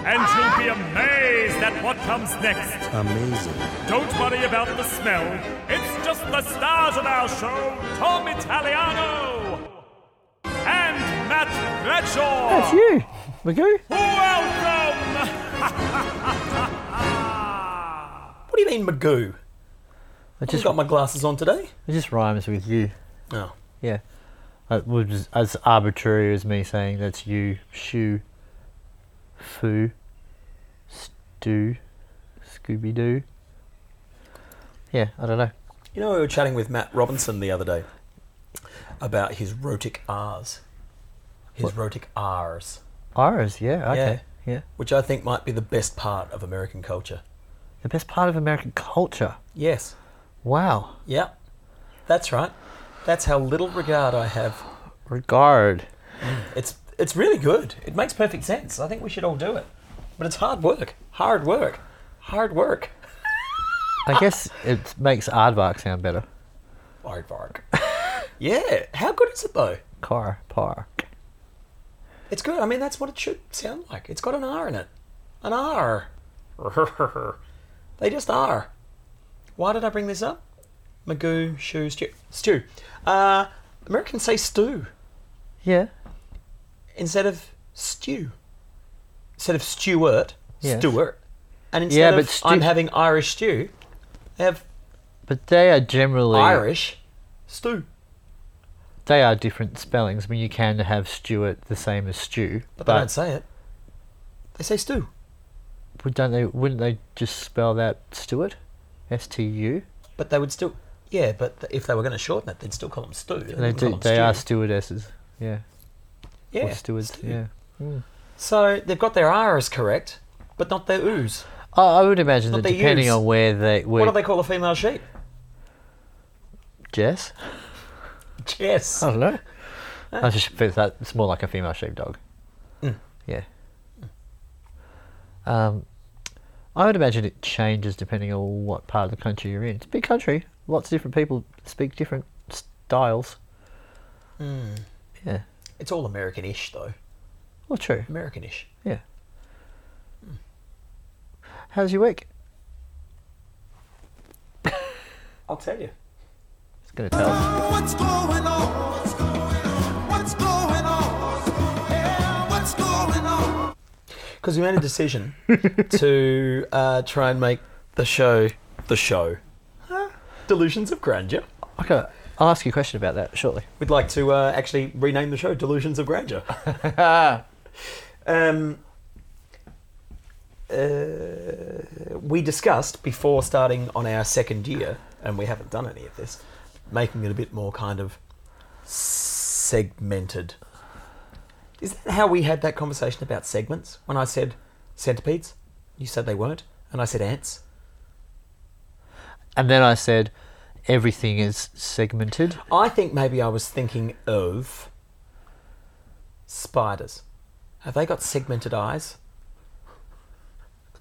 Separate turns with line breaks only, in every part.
and you'll be amazed at what comes next.
Amazing.
Don't worry about the smell. It's just the stars of our show, Tom Italiano and Matt Bradshaw.
That's you. Magoo.
Welcome.
What do you mean, Magoo?
I
Just
just
got my glasses on today.
it just rhymes with you.
Oh.
Yeah. That was just as arbitrary as me saying that's you, shoe, foo, stew, Scooby Doo. Yeah, I don't know.
You know, we were chatting with Matt Robinson the other day about his rotic R's. His rotic R's,
Iris, yeah, okay. Yeah.
which I think might be the best part of American culture.
The best part of American culture.
Yes.
Wow.
Yeah. That's right. That's how little regard I have.
Regard.
It's it's really good. It makes perfect sense. I think we should all do it. But it's hard work. Hard work. Hard work.
I guess it makes aardvark sound better.
Hard work. yeah. How good is it though?
Car, park.
It's good. I mean, that's what it should sound like. It's got an R in it. An R. they just are. Why did I bring this up? Magoo, shoe, stew. Stew. Uh, Americans say stew
Yeah.
instead of stew. Instead of Stewart,
Yes.
Stewart. And instead
Yeah,
of
but stew-
I'm having Irish stew, they have
But they are generally
Irish stew.
they are different spellings. I mean, you can have Stuart the same as Stew,
But, they don't say it. They say stew.
would- don't they? Wouldn't they just spell that Stuart, S T U?
But they would still. Yeah, but th- if they were going to shorten it, they'd still call them stew. They,
They
wouldn't call
do.
them
They are
stew.
stewardesses. Yeah,
Yeah.
or stewards.
stew.
Yeah.
So they've got their R's correct, but not their ooze.
I, I would imagine
But
that
they
depending
use-
on where they where
What do they call a female sheep?
Jess.
Yes.
I don't know. I just feel that it's more like a female sheepdog. Yeah. Um, I would imagine it changes depending on what part of the country you're in. It's a big country. Lots of different people speak different styles. Mm. Yeah.
It's all American-ish, though.
Well, true.
American-ish.
Yeah. Mm. How's your week?
I'll tell you.
It's gonna tell. us.
What's going on? What's going on? What's going on? Yeah, what's going on?
Because we made a decision to uh, try and make the show the show. Huh? Delusions of Grandeur.
Okay, I'll ask you a question about that shortly.
We'd like to uh, actually rename the show Delusions of Grandeur. um, uh, we discussed before starting on our second year, and we haven't done any of this, making it a bit more kind of segmented. Is that how we had that conversation about segments? When I said centipedes, you said they weren't, and I said ants.
And then I said, everything is segmented.
I think maybe I was thinking of spiders. Have they got segmented eyes?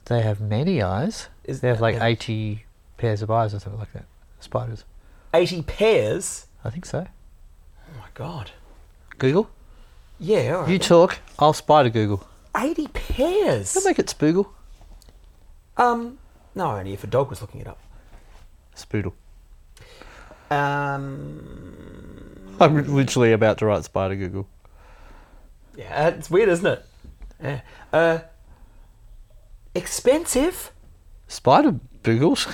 They have many eyes.
Is-
they have like
yeah.
80 pairs of eyes or something like that. Spiders.
80 pairs?
I think so.
Oh my god.
Google?
Yeah, all right.
You talk, I'll spider Google.
80 pairs?
Don't make it spoogle.
Um, no, only if a dog was looking it up.
Spoodle.
Um,
I'm literally about to write spider Google.
yeah, it's weird, isn't it? Yeah. Uh, expensive?
Spider Googles?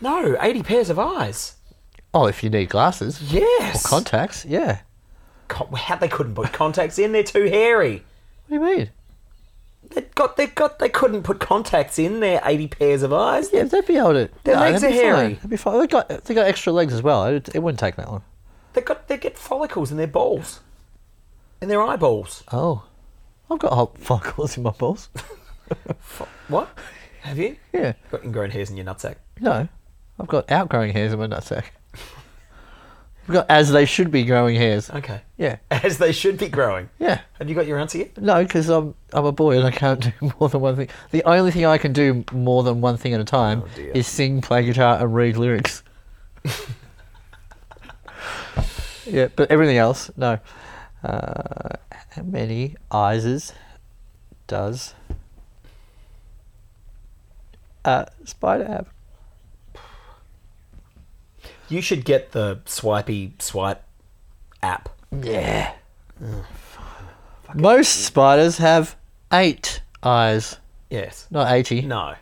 No, 80 pairs of eyes.
oh, if you need glasses. Or
Yes.
contacts, yeah.
God, how they couldn't put contacts in? They're too hairy.
What do you mean?
They got, they got, they couldn't put contacts in their 80 pairs of eyes.
Yeah, they'd be able to.
Their legs are
that'd be fine.
hairy.
That'd be fine. They got they got extra legs as well. It, it wouldn't take that long.
They got, they get follicles in their balls, in their eyeballs.
Oh, I've got hot follicles in my balls.
What? Have you?
Yeah.
Got ingrown hairs in your nutsack.
No, I've got outgrowing hairs in my nutsack. I've got as they should be growing hairs.
Okay.
Yeah,
As they should be growing.
yeah.
Have you got your answer yet?
No, because I'm I'm a boy and I can't do more than one thing. The only thing I can do more than one thing at a time
Oh, dear.
is sing, play guitar, and read lyrics. yeah, but everything else, no. Uh, how many eyes does a spider have?
You should get the swipey swipe app.
Yeah. Most spiders have eight eyes,
Yes.
not eighty.
No.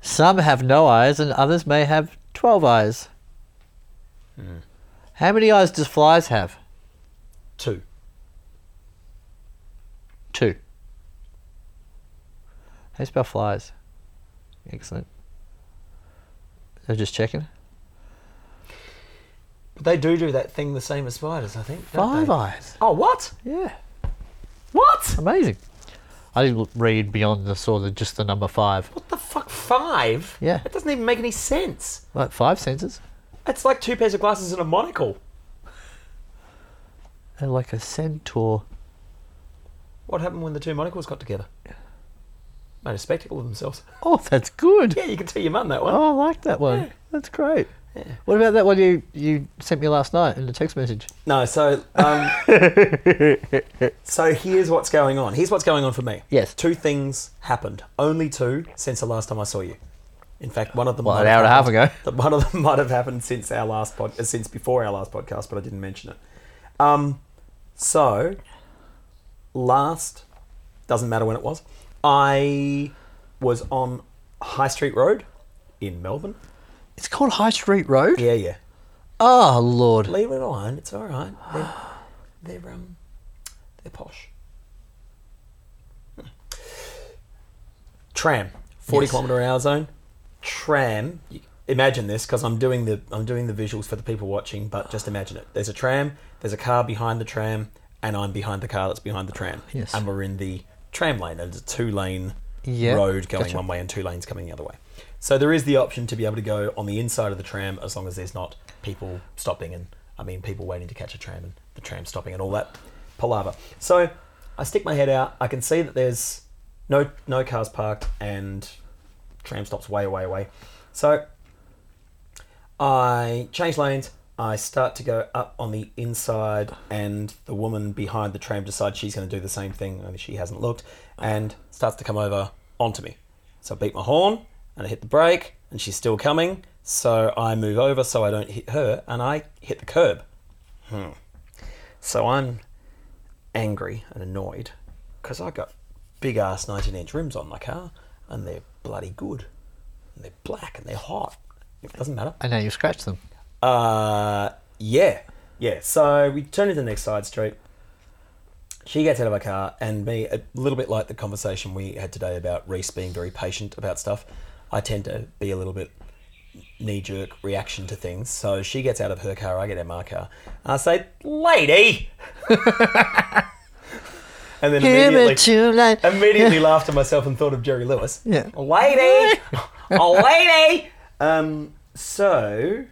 Some have no eyes, and others may have 12 eyes. Hmm. How many eyes does flies have?
Two.
Two. How do you spell flies? Excellent. They're just checking.
But they do do that thing the same as spiders, I think. don't
Five
they?
eyes.
Oh, what?
Yeah.
What?
Amazing. I didn't read beyond the saw the just the number five.
What the fuck? Five?
Yeah.
That doesn't even make any sense.
Like five senses?
It's like two pairs of glasses and a monocle.
They're like a centaur.
What happened when the two monocles got together? Made a spectacle of themselves.
Oh, that's good.
Yeah, you can tell your mum that one.
Oh, I like that one. That's great. What about that one you, you sent me last night in the text message?
No, so um, so here's what's going on. Here's what's going on for me.
Yes.
two things happened. Only two since the last time I saw you. In fact, one of them
Well,
might
an
have
hour and a half
happened-
ago.
that One of them might have happened since our last pod, uh, since before our last podcast, but I didn't mention it. Um, so last doesn't matter when it was. I was on High Street Road in Melbourne.
It's called High Street Road.
Yeah, yeah.
Oh Lord,
Leave it alone. It's all right. They're, they're um, they're posh. Tram, forty
Yes.
kilometer an hour zone. Tram. You- Imagine this, because I'm doing the I'm doing the visuals for the people watching, but just imagine it. There's a tram. There's a car behind the tram, and I'm behind the car that's behind the tram.
Yes.
And we're in the tram lane. And it's a two lane
Yeah,
road going
gotcha.
one way and two lanes coming the other way. So there is the option to be able to go on the inside of the tram as long as there's not people stopping and I mean people waiting to catch a tram and the tram stopping and all that palaver. So I stick my head out. I can see that there's no no cars parked and tram stops way way way. So I change lanes. I start to go up on the inside, and the woman behind the tram decides she's going to do the same thing, only she hasn't looked, and starts to come over onto me. So I beat my horn, and I hit the brake, and she's still coming. So I move over so I don't hit her, and I hit the curb. Hmm. So I'm angry and annoyed because I got big ass 19 inch rims on my car, and they're bloody good, and they're black, and they're hot. It doesn't matter.
I know you scratched them.
Uh, yeah, yeah. So we turn into the next side street. She gets out of her car, and me, a little bit like the conversation we had today about Reese being very patient about stuff. I tend to be a little bit knee jerk reaction to things. So she gets out of her car, I get out of my car, and I say, "Lady," and then immediately Um,
tonight.
immediately laughed to myself and thought of Jerry Lewis.
Yeah.
A lady! a lady! Um, so,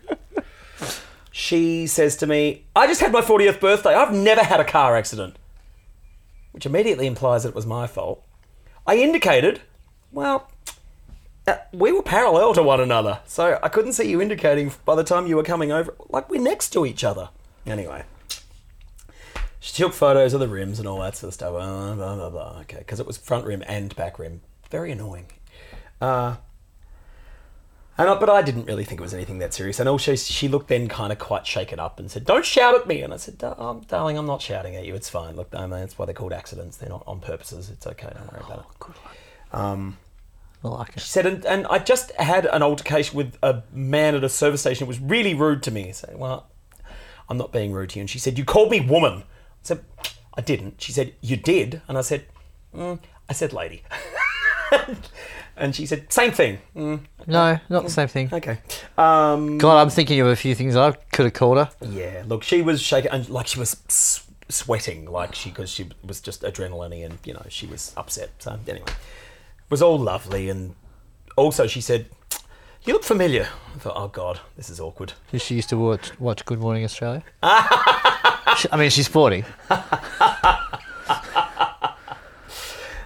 she says to me, I just had my 40th birthday. I've never had a car accident. Which immediately implies that it was my fault. I indicated, well, uh, we were parallel to one another. So I couldn't see you indicating by the time you were coming over. Like, we're next to each other. Anyway. She took photos of the rims and all that sort of stuff. Blah, blah, blah, blah. Okay, because it was front rim and back rim. Very annoying. Uh, and I, but I didn't really think it was anything that serious. And also, she looked then kind of quite shaken up and said, "Don't shout at me." And I said, "Dar- um, "Darling, I'm not shouting at you. It's fine. Look, I mean, that's why they're called accidents. They're not on purposes. It's okay. Don't worry about it."
I like
She
it.
said, and, and I just had an altercation with a man at a service station. It was really rude to me. I said, well, I'm not being rude to you. And she said, you called me woman. I said, I didn't. She said, you did. And I said, mm, I said lady. and she said, same thing. Mm,
No, not the same thing.
okay. Um,
God, I'm thinking of a few things I could have called her.
yeah, look, she was shaking, and like she was s- sweating, like she, because she was just adrenaline and, you know, she was upset. So anyway, it was all lovely. And also she said, You look familiar. I thought, oh god, this is awkward.
She- She used to watch watch Good Morning Australia. She- I mean, she's forty.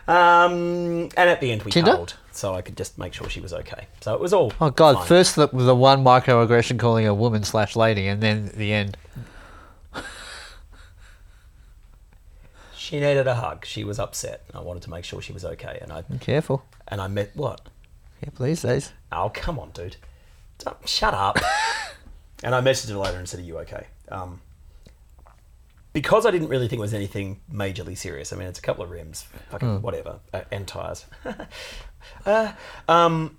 Um, and at the end we
Tinder?
cuddled, so I could just make sure she was okay. So it was all.
Oh God!
fine.
First the, the one microaggression calling a woman slash lady, and then the end.
she needed a hug. She was upset, and I wanted to make sure she was okay. And I
Careful.
and I met what?
Yeah, please, days.
Oh come on, dude, Don't- shut up. and I messaged her later and said, "Are you okay?" Um, because I didn't really think it was anything majorly serious. I mean, it's a couple of rims, fucking whatever, uh, and tires. Uh, um,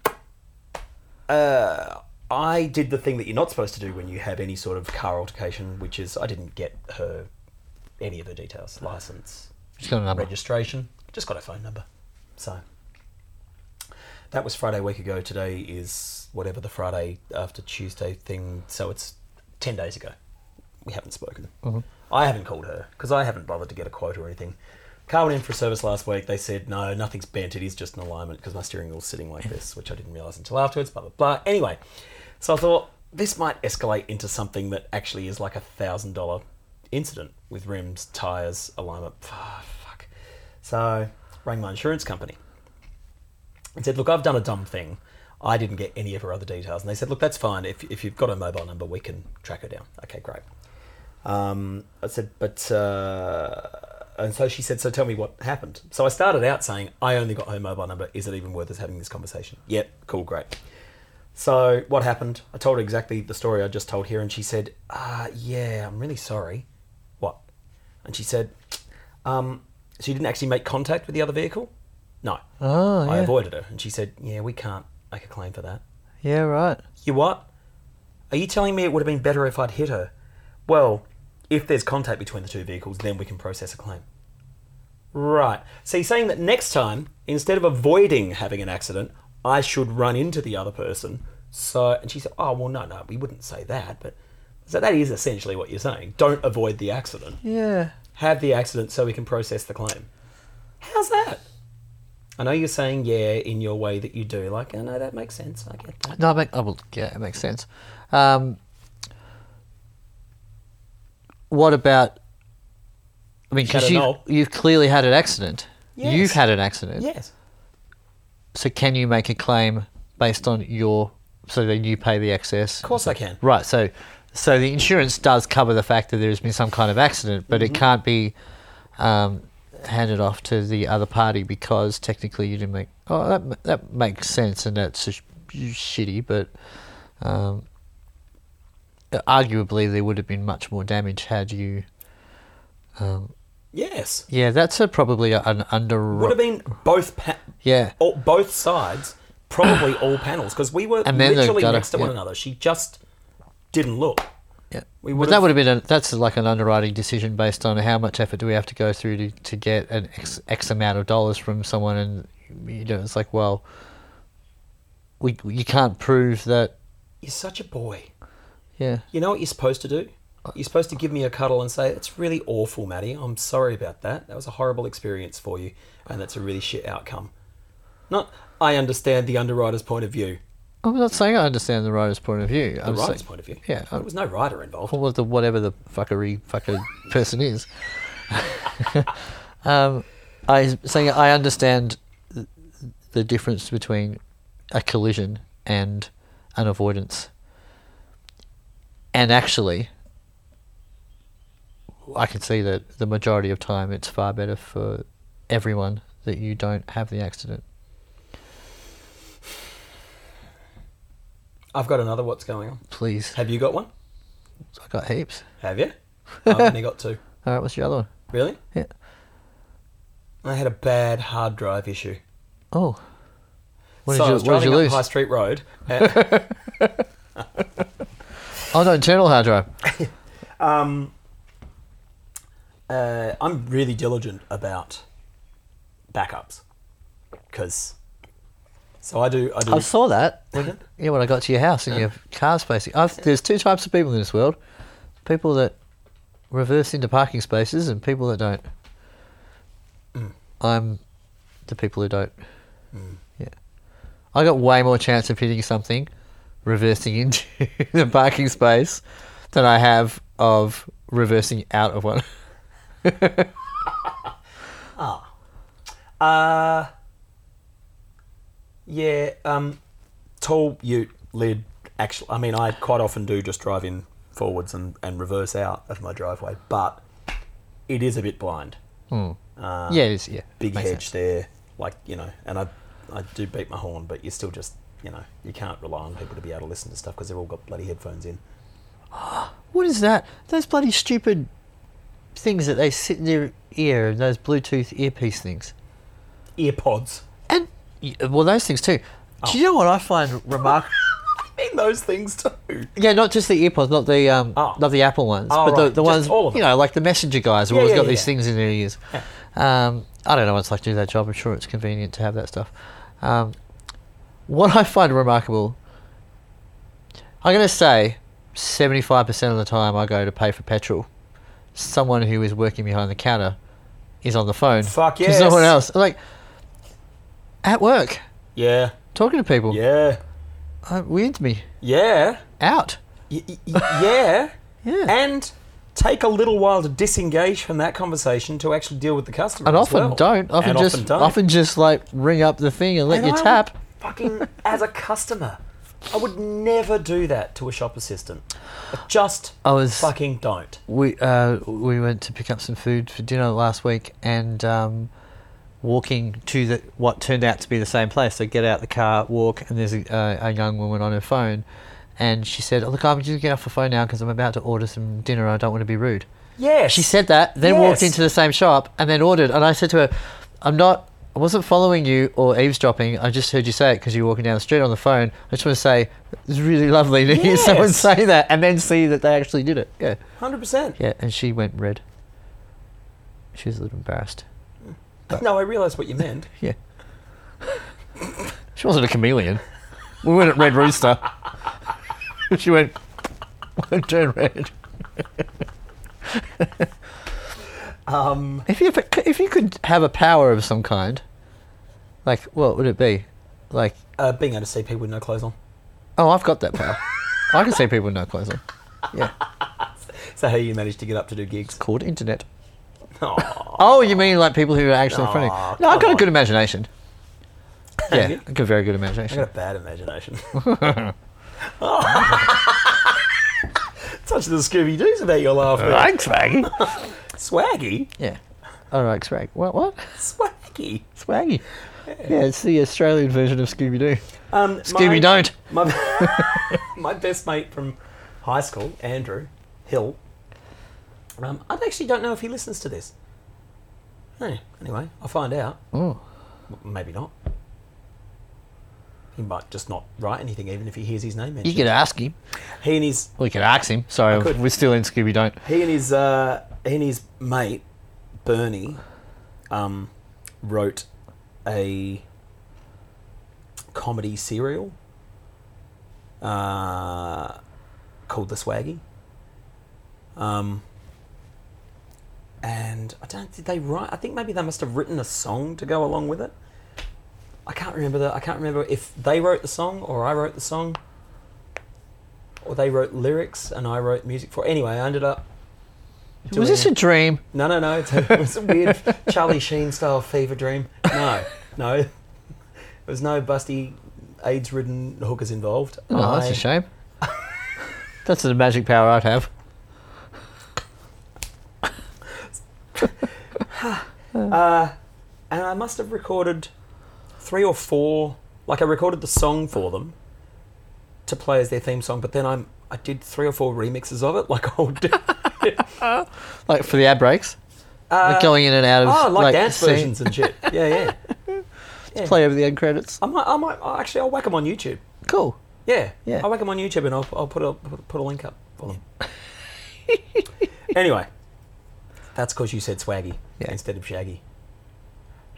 uh, I did the thing that you're not supposed to do when you have any sort of car altercation, which is I didn't get her any of her details, license,
She's got a number.
registration. Just got a phone number. So that was Friday a week ago. Today is whatever the Friday after Tuesday thing. So it's ten days ago. We haven't spoken. I haven't called her because I haven't bothered to get a quote or anything. Car went in for a service last week. They said no, nothing's bent. It is just an alignment because my steering wheel's sitting like this, which I didn't realise until afterwards. Blah blah blah. Anyway, so I thought this might escalate into something that actually is like a thousand dollar incident with rims, tires, alignment. Ah, fuck. So rang my insurance company and said, "Look, I've done a dumb thing. I didn't get any of her other details." And they said, "Look, that's fine. If if you've got her mobile number, we can track her down." Okay, great. Um, I said, "But," uh, and so she said, "So tell me what happened." So I started out saying, "I only got her mobile number. Is it even worth us having this conversation?" Yep, cool, great. So what happened? I told her exactly the story I just told here, and she said, "Ah, yeah, I'm really sorry." What? And she said, um, "She didn't actually make contact with the other vehicle." No.
Oh
I
yeah.
avoided her, and she said, "Yeah, we can't make a claim for that."
yeah right.
You what? Are you telling me it would have been better if I'd hit her? Well, if there's contact between the two vehicles, then we can process a claim. Right. So you're saying that next time, instead of avoiding having an accident, I should run into the other person. So, and she said, "Oh, well, no, no, we wouldn't say that." But so that is essentially what you're saying. Don't avoid the accident
Yeah.
have the accident so we can process the claim. How's that? I know you're saying yeah in your way that you do. Like, I know that makes sense. I get that.
No, I make, oh, well, yeah, it makes sense. Um, what about? I mean,
Had
because
an
you
old-
you've clearly had an accident.
Yes.
You've had an accident.
Yes.
So can you make a claim based on your so that you pay the excess?
Of course I can.
Right. So so the insurance does cover the fact that there has been some kind of accident, but
Mm-hmm.
it can't be um, handed off to the other party because technically you didn't make. Oh, that that makes sense, and that's sh- shitty, but. Um, arguably there would have been much more damage had you
Yes.
yeah that's a probably an under
Would have been both pa-
yeah
all, both sides, probably all panels, because we were
And then they've
literally
gotta-
next to one
yeah.
another. She just didn't look.
Yeah.
We
but
would've-
that would have been a, that's like an underwriting decision based on how much effort do we have to go through to, to get an X, X amount of dollars from someone, and you know it's like well, we you can't prove that
You're such a boy.
yeah
You know what you're supposed to do? You're supposed to give me a cuddle and say, It's really awful, Maddie. I'm sorry about that. That was a horrible experience for you, and that's a really shit outcome. Not, I understand the underwriter's point of view.
I'm not saying I understand the writer's point of view.
The
I'm
writer's
saying,
point of view.
yeah,
There
I'm-
was no writer involved.
well, the whatever the fuckery fucker person is. um, I saying I understand th- the difference between a collision and an avoidance, and actually, I can see that the majority of time it's far better for everyone that you don't have the accident.
I've got another what's going on.
Please,
Have you got one?
I got heaps.
Have you? I've only got two.
All right, what's your other one?
Really?
Yeah.
I had a bad hard drive issue.
Oh, what
so I was
did you, what
driving
did you
up
lose?
High Street Road. uh, and-
Oh no, internal hard drive.
uh, I'm really diligent about backups because so I do. I do.
I saw that.
Did it?
Yeah, when I got to your house and your car's facing. I've, there's two types of people in this world: people that reverse into parking spaces and people that don't.
Mm.
I'm the people who don't. Yeah, I got way more chance of hitting something reversing into the parking space than I have of reversing out of one.
Uh, yeah, um, tall ute lid. Actually, I mean, I quite often do just drive in forwards and, and reverse out of my driveway, but it is a bit blind.
yeah, it is. Yeah,
Ah. Big
Makes
hedge
sense.
there, like you know, and I I do beat my horn, but you still just you know you can't rely on people to be able to listen to stuff because they've all got bloody headphones in.
What is that? Those bloody stupid things that they sit in their ear, those Bluetooth earpiece things.
Earpods.
And, y- well, those things too. Do you know what I find remarkable?
I mean those things too.
yeah, not just the earpods, not the um,
Oh.
not the Apple ones,
Oh,
but the,
right.
the
Just
ones,
all of
you
them.
know, like the messenger guys who
Yeah,
always
yeah,
got
yeah,
these
yeah.
things in their ears. Um, I don't know what it's like to do that job. I'm sure it's convenient to have that stuff. Um, what I find remarkable, I'm going to say 75% of the time I go to pay for petrol, someone who is working behind the counter is on the phone
Fuck
to someone
yes.
else. Like, at work,
Yeah,
talking to people.
yeah,
Uh, weird to me.
yeah,
Out.
y- y- y- yeah.
Yeah.
and take a little while to disengage from that conversation to actually deal with the customer.
And
as
often
well.
don't. Often
And
just
often
often,
don't.
just like ring up the thing and let
And
you
I would
tap.
Fucking as a customer, I would never do that to a shop assistant. I just
I was-
fucking don't.
We uh, we went to pick up some food for dinner last week and um, walking to the what turned out to be the same place. So get out the car, walk, and there's a, uh, a young woman on her phone, and she said, "Oh, "Look, I'm just gonna get off the phone now because I'm about to order some dinner. I don't want to be rude."
Yeah,
She said that, then walked
Yes.
into the same shop and then ordered. And I said to her, I'm not, I wasn't following you or eavesdropping. I just heard you say it because you were walking down the street on the phone. I just want to say, it's really lovely to hear someone
Yes.
say that and then see that they actually did it. Yeah.
hundred percent.
Yeah. And she went red. She was a little embarrassed.
No, I realised what you meant.
Yeah. she wasn't a chameleon. We went at Red Rooster. she went, turn red.
Um,
If you if you could have a power of some kind, like what would it be? Like
uh, being able to see people with no clothes on.
oh, I've got that power. I can see people with no clothes on. Yeah,
So how you managed to get up to do gigs?
called internet.
Aw.
Oh, you mean like people who are actually in front of
Aw,
you? No, I've
Ah, come
got
on.
a good imagination. Yeah,
you?
I've got a very good
I
imagination.
got a bad imagination. Touch the Scooby Doo's about your laugh. there.
Thanks, Swaggy.
Swaggy,
yeah. All right, Swag. What? What?
swaggy.
Swaggy. Yeah, it's the Australian version of Scooby Doo.
Um,
Scooby
my-
Don't.
My, my best mate from high school, Andrew Hill. Um, I actually don't know if he listens to this. Hey, anyway, I'll find out.
Oh,
M- Maybe not. He might just not write anything, even if he hears his name
you
mentioned.
could ask him.
He and his
We could ask him. Sorry,
could.
we're still in Scooby Don't.
he and his uh, he and his mate Bernie um, wrote a comedy serial uh, called The Swaggy. Um, and I don't did they write? I think maybe they must have written a song to go along with it. I can't remember the I can't remember if they wrote the song or I wrote the song. Or they wrote lyrics and I wrote music for. Anyway, I ended up.
Was this a
doing-
dream?
no, no, no. It's a, it was a weird Charlie Sheen style fever dream. No, no. There was no busty, AIDS ridden hookers involved.
Oh, that's
I-
a shame. that's the magic power I'd have.
And I must have recorded three or four. Like, I recorded the song for them to play as their theme song, but then I'm, I did three or four remixes of it. Like, Ah, I'll do.
Like for the ad breaks, like going in and out of
Oh, like, dance
scene-
versions and shit. Yeah, yeah.
Play over the end credits.
I might, I might, I- actually, I'll whack them on YouTube.
Cool.
Yeah,
Yeah.
I'll whack them on YouTube and I'll, I'll put, a, put a- put a link up for them. anyway, that's because you said swaggy
Yeah.
instead of shaggy.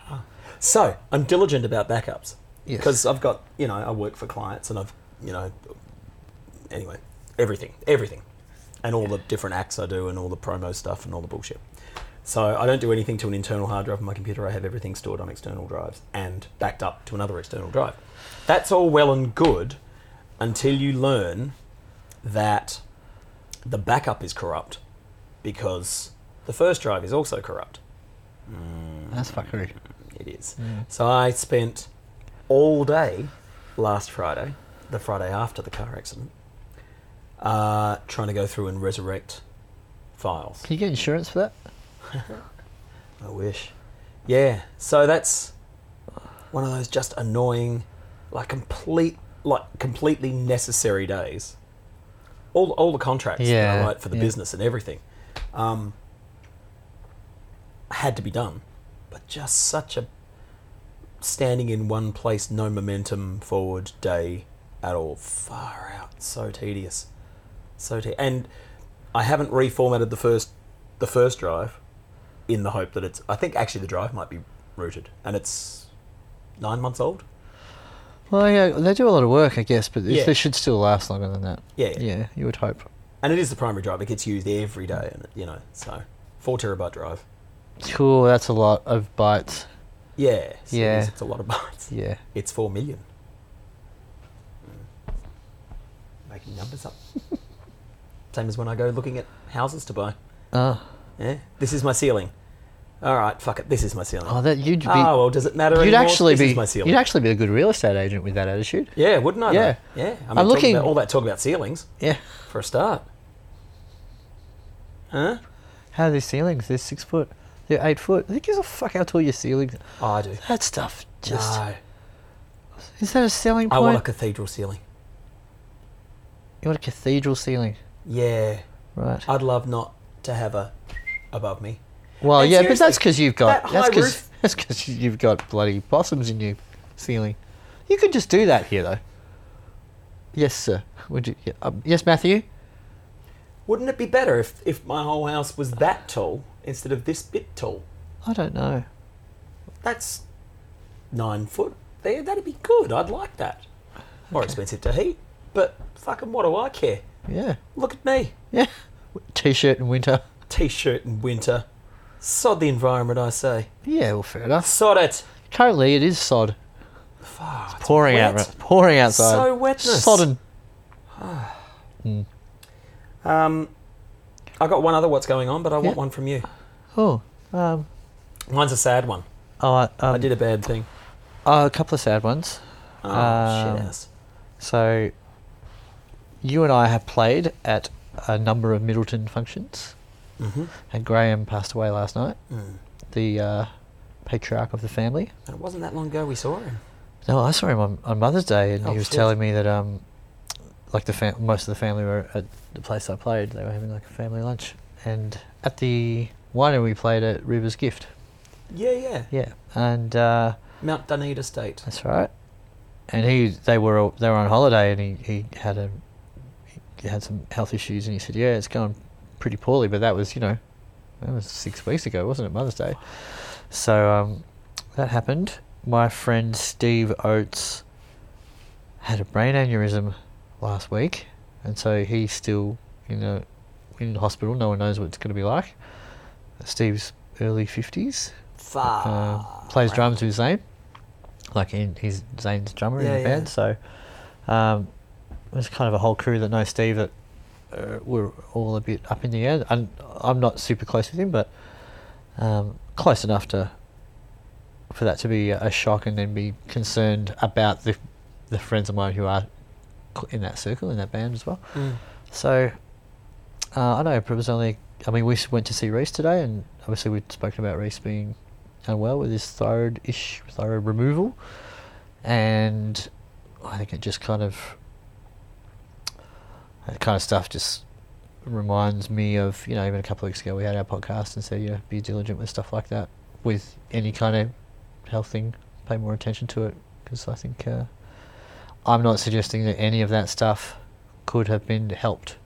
Ah. So I'm diligent about backups
Yes.
because I've got you know I work for clients and I've you know anyway everything everything and all the different acts I do and all the promo stuff and all the bullshit. So I don't do anything to an internal hard drive on my computer. I have everything stored on external drives and backed up to another external drive. That's all well and good until you learn that the backup is corrupt because the first drive is also corrupt.
That's fuckery.
It is. So I spent all day last Friday, the Friday after the car accident, uh, trying to go through and resurrect files.
Can you get insurance for that?
I wish. Yeah. So that's one of those just annoying, like complete, like completely necessary days. All all the contracts that
Yeah,
I write for the
yeah.
business and everything, um, had to be done, but just such a standing in one place, no momentum forward day at all. Far out. So tedious. So te- and I haven't reformatted the first the first drive in the hope that it's. I think actually the drive might be rooted, and it's nine months old.
Well, yeah, they do a lot of work, I guess, but
Yeah.
this they should still last longer than that.
Yeah, yeah.
Yeah, you would hope.
and it is the primary drive. It gets used every day, and it- you know, so four terabyte drive.
Cool, that's a lot of bytes.
Yeah, so it
Yeah.
is- it's a lot of bytes.
Yeah.
It's four million. Mm. Making numbers up. Same as when I go looking at houses to buy.
Oh,
Yeah, this is my ceiling. All right, fuck it. This is my ceiling.
oh that you'd be.
Ah, well, does it matter
you'd
anymore?
actually
this
be.
is my ceiling.
You'd actually be a good real estate agent with that attitude.
yeah, wouldn't I? though?
Yeah.
yeah. I mean,
I'm
talking
looking-
about all that talk about ceilings
Yeah.
for a start. Huh?
How are these ceilings? They're six foot. They're eight foot. Who gives a fuck how tall your ceilings?
Oh, I do.
That stuff just
No.
is that a selling
I
point?
want a cathedral ceiling.
you want a cathedral ceiling,
Yeah,
right?
I'd love not to have a above me.
well,
and
yeah, but that's
seriously,
because you've got
that
that's
high
because
roof-
that's because you've got bloody possums in your ceiling. You could just do that here, though. Yes, sir. Would you? yeah, um, yes, Matthew.
Wouldn't it be better if, if my whole house was that tall instead of this bit tall?
I don't know.
That's nine foot there. That'd be good. I'd like that. More expensive to heat, but fucking what do I care?
Yeah,
Look at me.
yeah. T-shirt in winter.
T-shirt in winter. Sod the environment, I say.
Yeah, well, fair enough.
Sod it.
Currently, it is sod.
Fuck, it's
pouring out,
wet.
pouring outside.
So wetness.
Sodden.
Um, I got one other. What's going on? But I want
Yeah.
one from you.
Oh, um,
Mine's a sad one.
oh, I, um,
I did a bad thing.
Oh, a couple of sad ones.
Oh
Um,
shit ass.
So, you and I have played at a number of Middleton functions,
Mm-hmm.
and Graham passed away last night,
Mm.
the uh, patriarch of the family.
And it wasn't that long ago we saw him.
No, I saw him on, on Mother's Day, and
Oh,
he was
shit.
telling me that um, like the fam- most of the family were at the place I played. They were having like a family lunch, and at the winery we played at River's Gift.
Yeah, yeah.
Yeah, and. Uh,
Mount Dunedin Estate.
That's right. And he, they were all, they were on holiday, and he, he had a he had some health issues, and he said, "Yeah, it's going pretty poorly." But that was, you know, that was six weeks ago, wasn't it? Mother's Day. So um, that happened. My friend Steve Oates had a brain aneurysm last week, and so he's still you know in hospital. No one knows what it's going to be like. Steve's early fifties
Far.
uh, plays drums with Zane, like in, he's Zane's drummer
Yeah,
in the
yeah.
band. So um, it was kind of a whole crew that know Steve that uh, were all a bit up in the air. And I'm not super close with him, but um, close enough to for that to be a shock and then be concerned about the the friends of mine who are cl- in that circle in that band as well.
Mm.
So, uh, I know it was only. I mean, we s- went to see Reese today, and obviously we'd spoken about Reese being unwell with his thyroid-ish thyroid removal, and I think it just kind of that kind of stuff just reminds me of you know even a couple of weeks ago we had our podcast and said you know be diligent with stuff like that with any kind of health thing pay more attention to it because I think uh, I'm not suggesting that any of that stuff could have been helped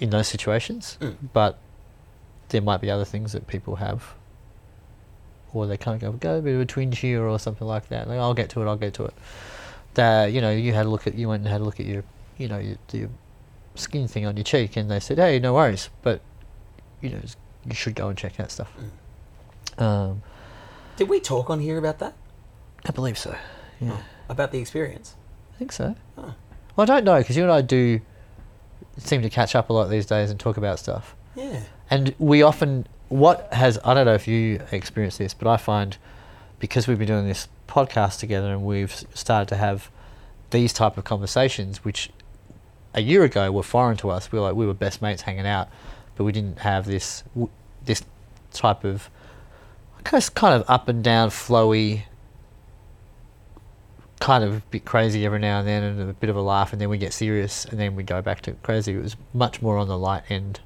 in those situations,
Mm.
but there might be other things that people have, or they kind of go, go a bit of a twinge here or something like that. Like, I'll get to it, I'll get to it. That you know, you had a look at, you went and had a look at your, you know, your, your skin thing on your cheek, and they said, hey, no worries, but you know, you should go and check that stuff. Um,
Did we talk on here about that?
I believe so. Yeah.
About the experience?
I think so. Well, I don't know because you and I do seem to catch up a lot these days and talk about stuff.
Yeah.
And we often, what has, I don't know if you experience this, but I find because we've been doing this podcast together and we've s- started to have these type of conversations, which a year ago were foreign to us. We were like, we were best mates hanging out, but we didn't have this, w- this type of, I guess, kind of up and down, flowy, kind of a bit crazy every now and then and a bit of a laugh and then we get serious and then we go back to crazy. It was much more on the light end,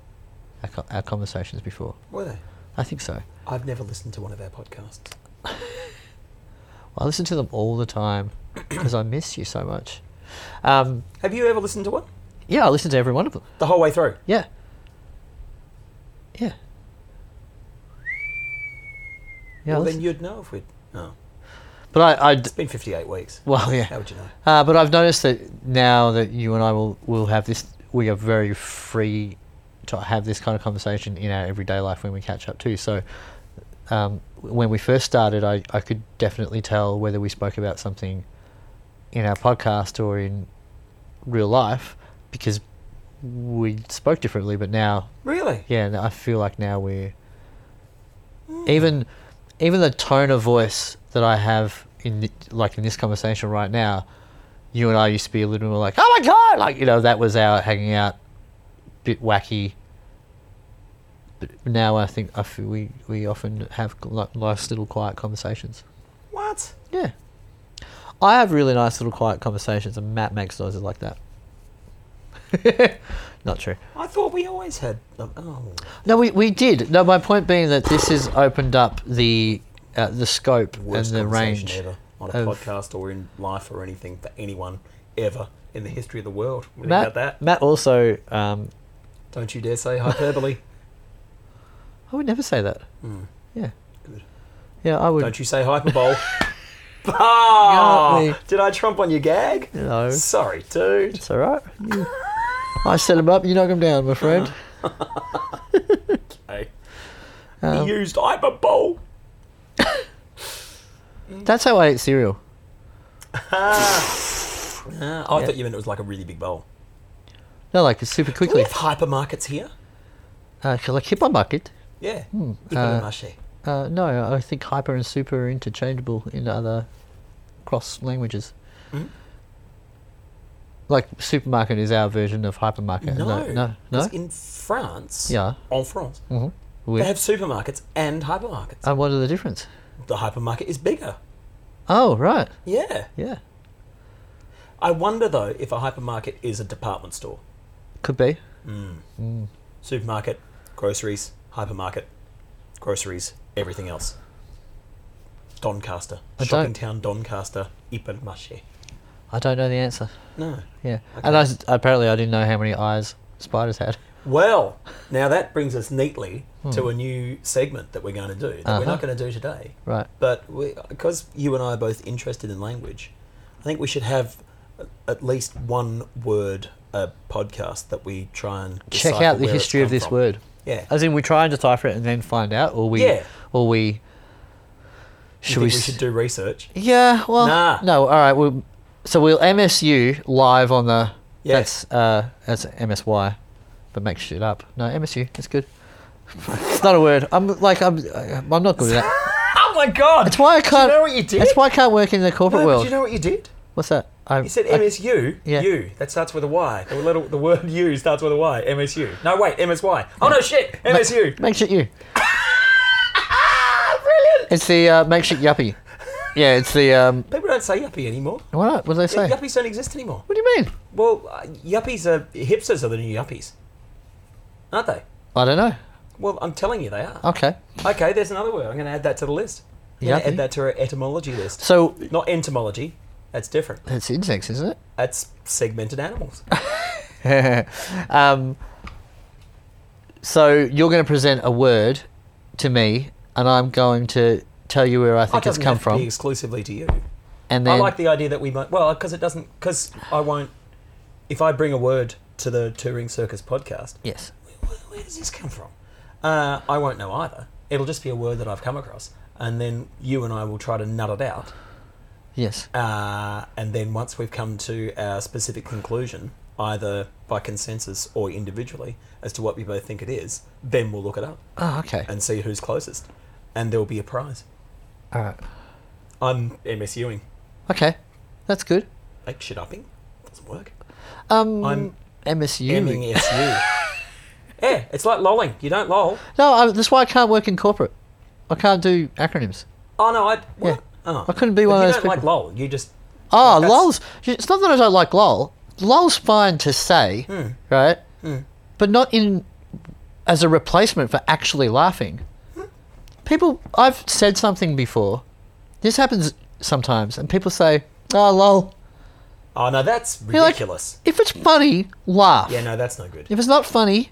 our, co- our conversations before.
Were they?
I think so.
I've never listened to one of our podcasts.
I listen to them all the time because I miss you so much. Um,
Have you ever listened to one?
yeah, I listen to every one of them.
The whole way through.
Yeah. Yeah. Yeah, I
well,
listen-
then you'd know if we'd. Oh,
but I, I, d-
it's been 58 weeks.
well, yeah.
How would you know?
Uh, but I've noticed that now that you and I will, will have this, we are very free to have this kind of conversation in our everyday life when we catch up too. So um, when we first started, I, I could definitely tell whether we spoke about something in our podcast or in real life because we spoke differently. But now,
Really?
yeah, and I feel like now we're even even the tone of voice that I have in the, like in this conversation right now, you and I used to be a little more like, oh my god, like you know that was our hanging out, bit wacky. But now I think I feel we we often have like nice little quiet conversations.
What?
Yeah, I have really nice little quiet conversations, and Matt makes noises like that. Not true.
I thought we always had. Oh.
No, we, we did. No, my point being that this has opened up the uh, the scope
worst
and the
conversation
range.
ever on a
of-
podcast or in life or anything for anyone ever in the history of the world. What do you
Matt,
think about that?
Matt also. Um,
Don't you dare say hyperbole.
I would never say that. Yeah.
Hmm. Good.
Yeah, I would.
Don't you say hyperbole. Ah,
You got me.
did I trump on your gag?
No.
Sorry, dude.
It's all right. You- I set him up. You knock him down, my friend.
Hey.
uh,
he used hyperbole.
That's how I eat cereal. uh,
Ah, oh, I thought you meant it was like a really big bowl.
No, like it's super
Do we
quickly.
have hypermarkets here?
Uh, like hypermarket.
Yeah. Hypermarché.
Hmm, Uh, no, I think hyper and super are interchangeable in other cross languages.
Hmm?
Like supermarket is our version of hypermarket.
no,
no, no.
'cause In France,
Yeah. Mm-hmm.
en France,
We-
they have supermarkets and hypermarkets.
and what are the difference?
the hypermarket is bigger.
Oh, right.
Yeah.
Yeah,
I wonder though if a hypermarket is a department store.
could be.
Supermarket, groceries, hypermarket, groceries, everything else. Doncaster.
I
Shopping
don't-
town Doncaster, Hypermarché.
I don't know the answer.
No.
Yeah, and I s apparently I didn't know how many eyes spiders had.
Well, now that brings us neatly
Hmm.
to a new segment that we're going to do that we're not going to do today.
Uh-huh. Right.
But we, because you and I are both interested in language, I think we should have a- at least one word a podcast that we try and
Check
decipher
out the
where it's
history of
come
this
from.
word.
Yeah.
As in, we try and decipher it and then find out, or we,
Yeah.
or we. Should
Should we,
we? s-
should do research?
Yeah. Well.
Nah.
No. All right. We'll, so we'll MSU live on the.
Yeah.
That's uh. That's MSY, but make shit up. No MSU. It's good. it's not a word. I'm like I'm. uh, I'm not good at that.
Oh my god!
That's why I can't.
know what you did?
That's why I can't work in the corporate
No, but
world.
do you know what you did?
What's that? I,
You said
I-
MSU.
Yeah.
U. That starts with a Y. The, little, the word U starts with a Y. MSU. No, wait, MSY. Oh no, shit! MSU.
Make shit you. Brilliant. It's the uh, make shit yuppie. Yeah, it's the um.
People don't say yuppie anymore.
Why not? What do they say?
Yeah, Yuppies don't exist anymore.
What do you mean?
Well, uh, yuppies are hipsters are the new yuppies, aren't they?
I don't know.
Well, I'm telling you, they are.
Okay.
Okay, there's another word. I'm going to add that to the list. I'm going
Oh. Yuppie.
to add that to our etymology list.
So
Not entomology. That's different.
it's insects, isn't it?
That's segmented animals.
um, so you're going to present a word to me, and I'm going to tell you where I
It
think it's
doesn't
come
have to be
from,
exclusively to you.
and
I
then
like the idea that we might. Well, because it doesn't. Because I won't. If I bring a word to the Touring Circus podcast,
yes,
where, where does this come from? Uh, I won't know either. It'll just be a word that I've come across, and then you and I will try to nut it out.
Yes.
Uh, and then once we've come to our specific conclusion, either by consensus or individually, as to what we both think it is, then we'll look it up
Oh, okay.
and see who's closest. And there'll be a prize.
All right.
I'm MS Ewing.
Okay, that's good.
Like shit upping. Doesn't work.
Um,
I'm E
MSU.
MSU. yeah, it's like lolling. You don't lol.
No, I, that's why I can't work in corporate. I can't do acronyms.
Oh no, I what?
Yeah.
Oh.
I couldn't be
But
one of
you
those
don't like
people.
lol. You just
Oh,
Like, that's-
lol's. It's not that I don't like lol. Lol's fine to say,
Hmm.
right? But not in as a replacement for actually laughing. People, I've said something before. This happens sometimes, and people say, "Oh, lol."
Oh no, that's
You're like,
ridiculous.
if it's funny, laugh.
yeah, no, that's no good.
If it's not funny,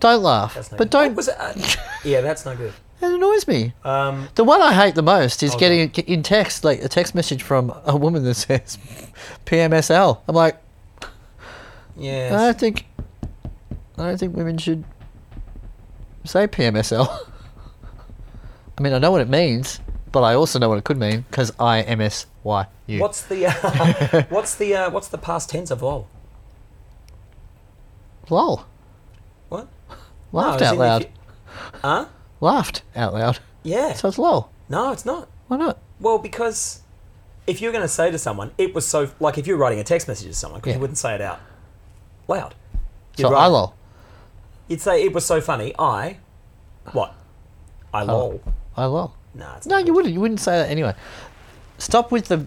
don't laugh.
That's no
but
good.
don't.
Was it, uh, yeah, that's no good.
It annoys me.
Um,
The one I hate the most
Oh,
is getting a, in text, like a text message from a woman that says PMSL. I'm like,
yeah.
I don't think, I don't think women should say PMSL. I mean, I know what it means, but I also know what it could mean because I M S Y U.
what's the uh, what's the uh, what's the past tense of lol?
lol?
What?
Laughed
as in
out
if
loud.
you- Huh?
Laughed out loud.
Yeah.
So it's lol.
no, it's not.
Why not?
Well, because if you're going to say to someone, it was so like if you're writing a text message to someone, 'cause
Yeah.
you wouldn't say it out loud. You'd
So
write-
I lol.
You'd say it was so funny. I what? I lol.
I lol.
Nah, it's
No,
not
you
good.
wouldn't. You wouldn't say that anyway. Stop with the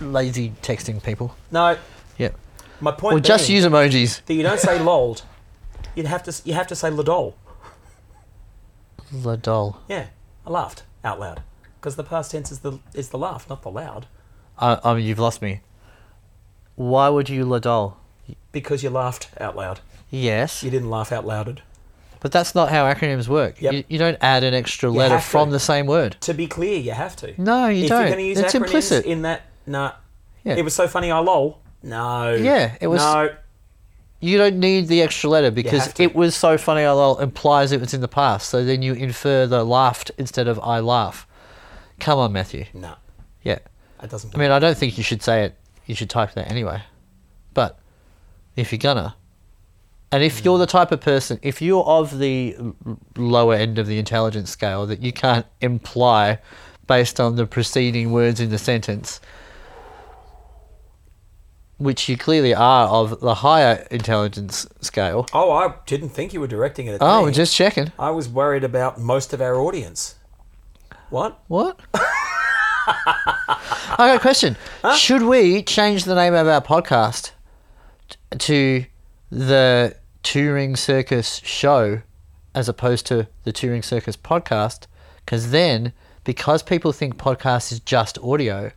lazy texting people.
No,
Yeah.
my point.
Or just
being
use emojis.
that you don't say lolled. You'd have to s- you have to say ladol.
The doll.
Yeah, I laughed out loud because the past tense is the is the laugh, not the loud.
I, I mean, you've lost me. Why would you la doll?
Because you laughed out loud.
Yes,
You didn't laugh out louded.
but that's not how acronyms work.
Yep.
You, you don't add an extra letter
have to.
from the same word.
To be clear, you have to.
No, you
if
don't.
You're gonna use
It's
acronyms
implicit.
in that. Nah.
Yeah.
It was so funny. I lol. No.
Yeah, it was-
No.
You don't need the extra letter because
have to.
it was so funny. I lol implies it was in the past, so then you infer the laughed instead of I laugh. Come on, Matthew.
No.
Yeah,
That doesn't.
I mean, I don't think you should say it. You should type that anyway. But if you're gonna, and if you're the type of person, if you're of the l- lower end of the intelligence scale that you can't imply based on the preceding words in the sentence, which you clearly are of the higher intelligence scale.
oh, I didn't think you were directing it at
Oh,
me.
just checking.
I was worried about most of our audience. What?
What? I got a question. Should we change the name of our podcast t- to the Touring Circus Show as opposed to the Touring Circus Podcast? Because then, because people think podcast is just audio,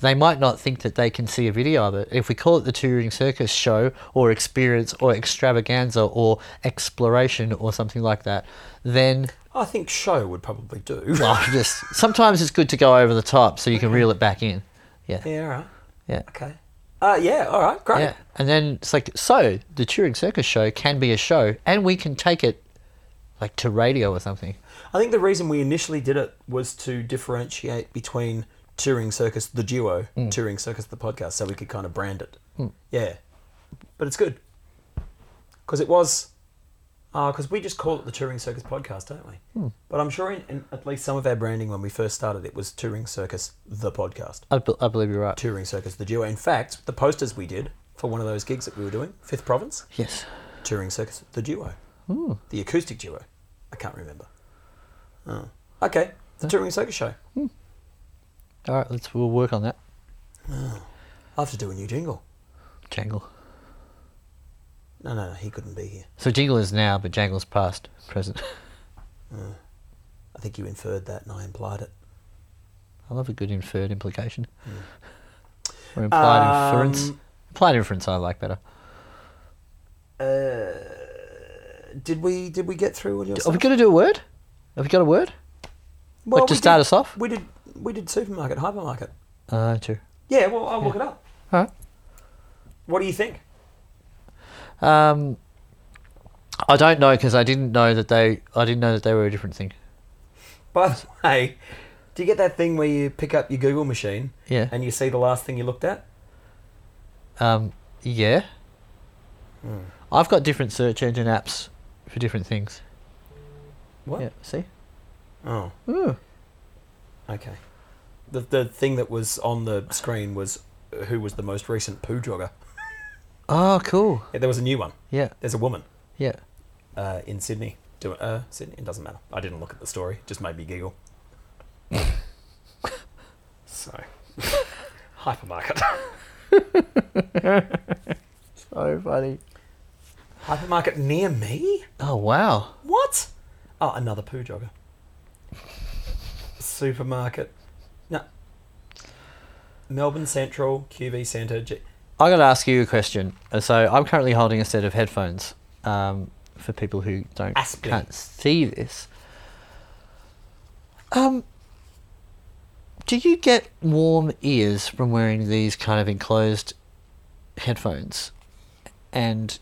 they might not think that they can see a video of it. If we call it the Touring Circus Show or Experience or Extravaganza or Exploration or something like that, then
I think show would probably do.
well, I'm just sometimes it's good to go over the top so you can reel it back in. Yeah, yeah,
yeah. All right.
yeah.
Okay. Uh, yeah. All right. Great.
And then it's like so the Turing Circus show can be a show, and we can take it like to radio or something.
I think the reason we initially did it was to differentiate between touring circus the duo, touring circus the podcast, so we could kind of brand it. Yeah, but it's good because it was because we just call it the touring circus podcast, don't we? But I'm sure in, in at least some of our branding when we first started, it was touring circus the podcast,
I, be- I believe you're right.
touring circus the duo. In fact, the posters we did for one of those gigs that we were doing, Fifth Province,
Yes.
touring circus the duo,
Hmm.
the acoustic duo. I can't remember. Oh. Okay, the touring circus show.
All right. Let's we'll work on that.
I'll have to do a new jingle.
Jangle.
No, no, no, he couldn't be here.
So jingle is now, but jangle's past, present.
I think you inferred that, and I implied it.
I love a good inferred implication or implied inference.
Um,
Implied inference I like better.
Uh, Did we? Did we get through on your?
Are we
stuff?
going to do a word? Have we got a word?
Well,
Like, oh, to
we
start
did-
us off?
we did. We did supermarket, hypermarket.
Uh, true.
Yeah, well, I'll look it up.
All right.
What do you think?
Um, I don't know because I didn't know that they. I didn't know that they were a different thing.
By the way, Do you get that thing where you pick up your Google machine
Yeah.
and you see the last thing you looked at?
Um, yeah.
Hmm.
I've got different search engine apps for different things.
What?
Yeah, see?
Oh,
Ooh.
okay. The the thing that was on the screen was uh, who was the most recent poo jogger.
Oh, cool.
Yeah, there was a new one.
Yeah,
There's a woman
yeah.
uh, in Sydney. Do, uh, Sydney? It doesn't matter. I didn't look at the story. It just made me giggle. so, hypermarket.
So funny.
hypermarket near me?
Oh, wow.
What? Oh, another poo jogger. Supermarket. No. Melbourne Central, QV Centre. G-
I got to ask you a question. Uh, So I'm currently holding a set of headphones. Um, for people who don't
Aspen.
can't see this, um, do you get warm ears from wearing these kind of enclosed headphones, and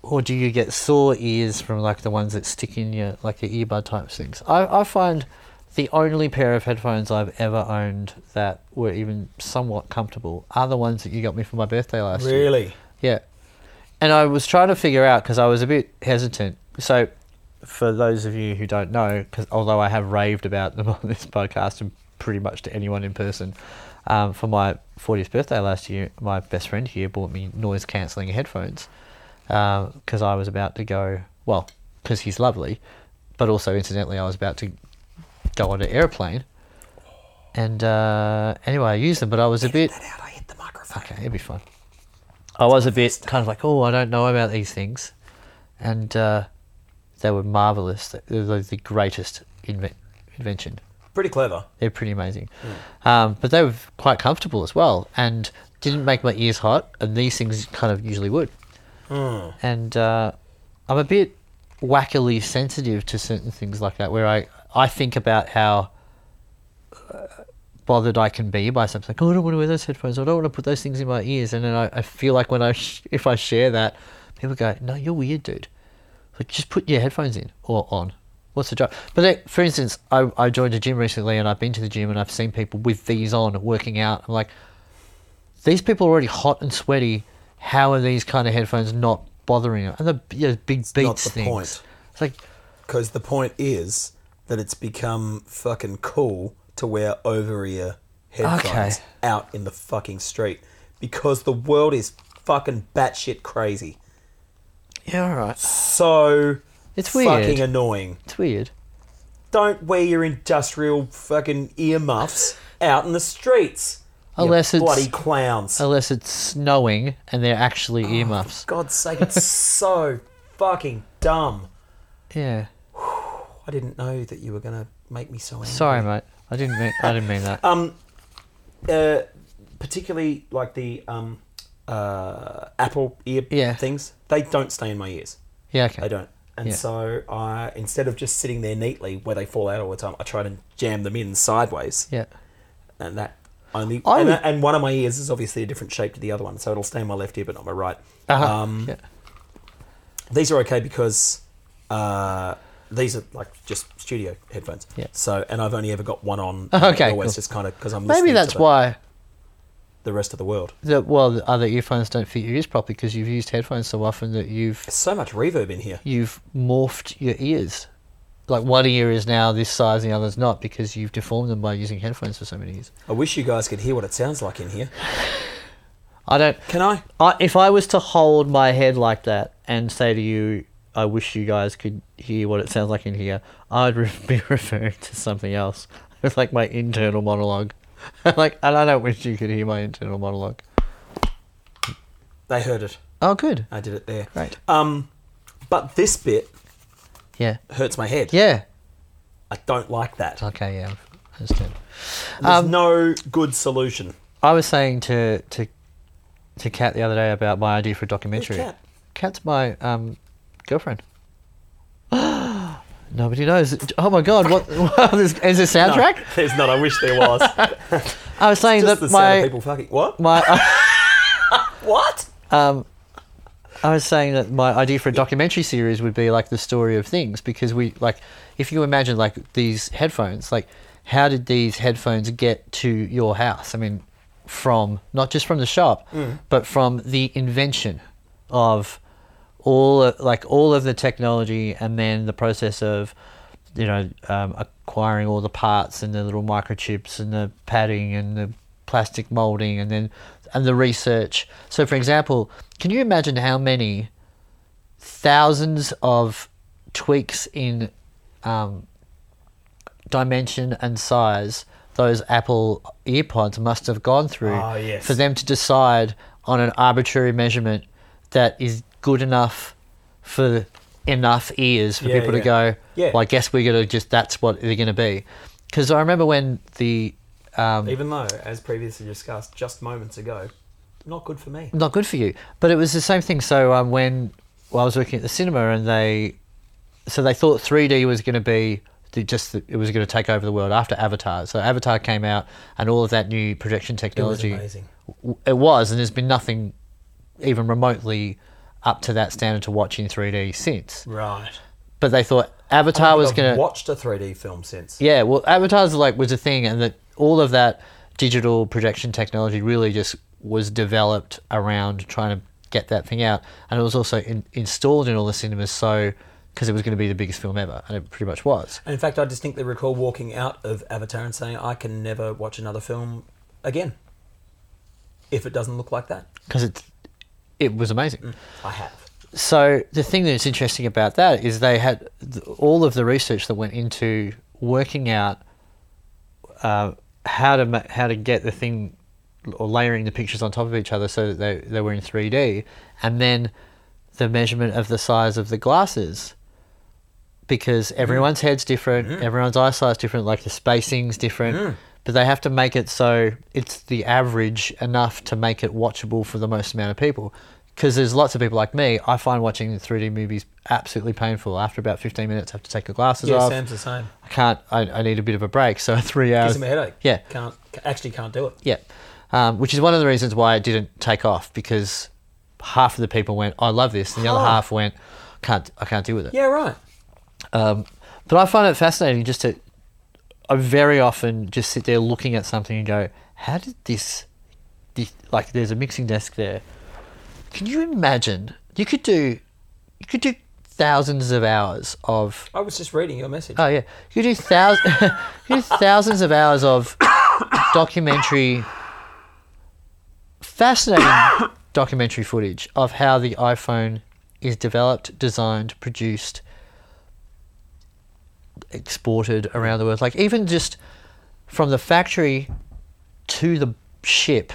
or do you get sore ears from like the ones that stick in your like the earbud type things? I, I find the only pair of headphones I've ever owned that were even somewhat comfortable are the ones that you got me for my birthday last year.
Really?
Yeah. And I was trying to figure out because I was a bit hesitant. So, for those of you who don't know, because although I have raved about them on this podcast and pretty much to anyone in person, um, for my 40th birthday last year, my best friend here bought me noise cancelling headphones because I was about to go, well, because he's lovely, but also incidentally, I was about to go on an airplane. And uh, anyway, I used them, but I was a bit.
Out, I hit the microphone.
Okay, it'd be fun. I was a bit kind of like, oh, I don't know about these things, and uh, they were marvelous. They were the greatest inve- invention.
Pretty clever.
They're pretty amazing, um, but they were quite comfortable as well, and didn't make my ears hot. And these things kind of usually would. And uh, I'm a bit wackily sensitive to certain things like that, where I I think about how bothered I can be by something. Like, oh, I don't want to wear those headphones. I don't want to put those things in my ears. And then I, I feel like when I sh- if I share that, people go, "No, you're weird, dude. Like, just put your headphones in or on. What's the job?" But like, for instance, I, I joined a gym recently, and I've been to the gym, and I've seen people with these on working out. I'm like, these people are already hot and sweaty. How are these kind of headphones not bothering them? And the you know, big beats
not the
things.
point.
It's like,
Because the point is that it's become fucking cool to wear over ear headphones
Okay.
out in the fucking street because the world is fucking batshit crazy.
yeah, all right.
So
It's
fucking
weird.
annoying.
It's weird.
Don't wear your industrial fucking earmuffs out in the streets. you
Unless it's-
bloody clowns.
Unless it's snowing and they're
Oh,
actually earmuffs.
God's sake, it's so fucking dumb.
Yeah.
I didn't know that you were gonna make me so angry.
Sorry, mate. I didn't mean. I didn't mean that.
Um, uh, particularly like the um, uh, Apple ear
Yeah.
things, they don't stay in my ears.
yeah. Okay.
They don't. And
Yeah.
so I, instead of just sitting there neatly where they fall out all the time, I try to jam them in sideways,
Yeah.
and that only
I
and,
would-
and one of my ears is obviously a different shape to the other one, so it'll stay in my left ear but not my right.
Uh-huh.
Um,
yeah.
These are okay because uh, these are like just studio headphones.
Yeah.
So and I've only ever got one on.
Okay,
Always
cool.
just kind of because I'm
Maybe
listening
that's
to the,
why
the rest of the world.
the well the other earphones don't fit your ears properly because you've used headphones so often that you've
So much reverb in here.
you've morphed your ears. Like one ear is now this size and the other's not because you've deformed them by using headphones for so many years.
I wish you guys could hear what it sounds like in here.
I don't.
Can I?
I, if I was to hold my head like that and say to you, I wish you guys could hear what it sounds like in here, I'd re- be referring to something else. It's like my internal monologue. like, and I don't wish you could hear my internal monologue.
They heard it.
Oh, good.
I did it there.
Right.
Um, but this bit
Yeah.
hurts my head.
Yeah. Um,
I don't like that.
Okay, yeah. I understand.
There's no good solution.
I was saying to, to, to Kat the other day about my idea for a documentary.
Kat?
Kat's my um, girlfriend. Nobody knows. Oh my god! What is this
No,
soundtrack?
there's not. I wish there was.
I was saying
Just
that
the sound of
my
people fucking. What?
my
What?
um, I was saying that my idea for a documentary series would be like the story of things because we like if you imagine like these headphones, like how did these headphones get to your house? I mean, from not just from the shop, but from the invention of all of, like all of the technology and then the process of you know um, acquiring all the parts and the little microchips and the padding and the plastic molding and then and the research so for example can you imagine how many thousands of tweaks in um, dimension and size those Apple earpods must have gone through
Ah, yes.
for them to decide on an arbitrary measurement that is good enough for enough ears for
Yeah,
people
yeah.
to go,
Yeah.
well, I guess we're going to just, that's what they're going to be. Because I remember when the, um,
Even though, as previously discussed just moments ago, not good for me.
not good for you. But it was the same thing. So um, when well, I was working at the cinema, and they, so they thought 3D was going to be the, just the, it was going to take over the world after Avatar. So Avatar came out, and all of that new projection technology.
amazing.
w- It was, and there's been nothing even remotely up to that standard to watch in 3D since.
Right.
But they thought Avatar was
I've
going to
watched a 3D film since.
yeah, well, avatars like was a thing, and that all of that digital projection technology really just was developed around trying to get that thing out, and it was also in, installed in all the cinemas, so because it was going to be the biggest film ever, and it pretty much was.
And in fact, I distinctly recall walking out of Avatar and saying, I can never watch another film again if it doesn't look like that.
Because it it was amazing.
I have.
So the thing that's interesting about that is they had th- all of the research that went into working out uh, how to ma- how to get the thing or layering the pictures on top of each other so that they, they were in 3D and then the measurement of the size of the glasses because
Hmm.
everyone's head's different, everyone's eyesight's different, like the spacing's different,
Hmm.
but they have to make it so it's the average enough to make it watchable for the most amount of people. Because there's lots of people like me, I find watching 3D movies absolutely painful. After about 15 minutes, I have to take the glasses
Yeah,
off.
Sam's the same.
I can't. I, I need a bit of a break. So three hours.
Gives him a headache.
Yeah,
Can't, actually can't do it.
yeah. Um, which is one of the reasons why it didn't take off because half of the people went, "I love this," and the other
Huh.
half went, "Can't. I can't deal with it."
Yeah, right.
Um, but I find it fascinating. Just to, I very often just sit there looking at something and go, "How did this?" this like, there's a mixing desk there. Can you imagine? You could do, you could do thousands of hours of
I was just reading your message.
Oh yeah, you do thousands, you do thousands of hours of documentary, fascinating documentary footage of how the iPhone is developed, designed, produced, exported around the world. Like even just from the factory to the ship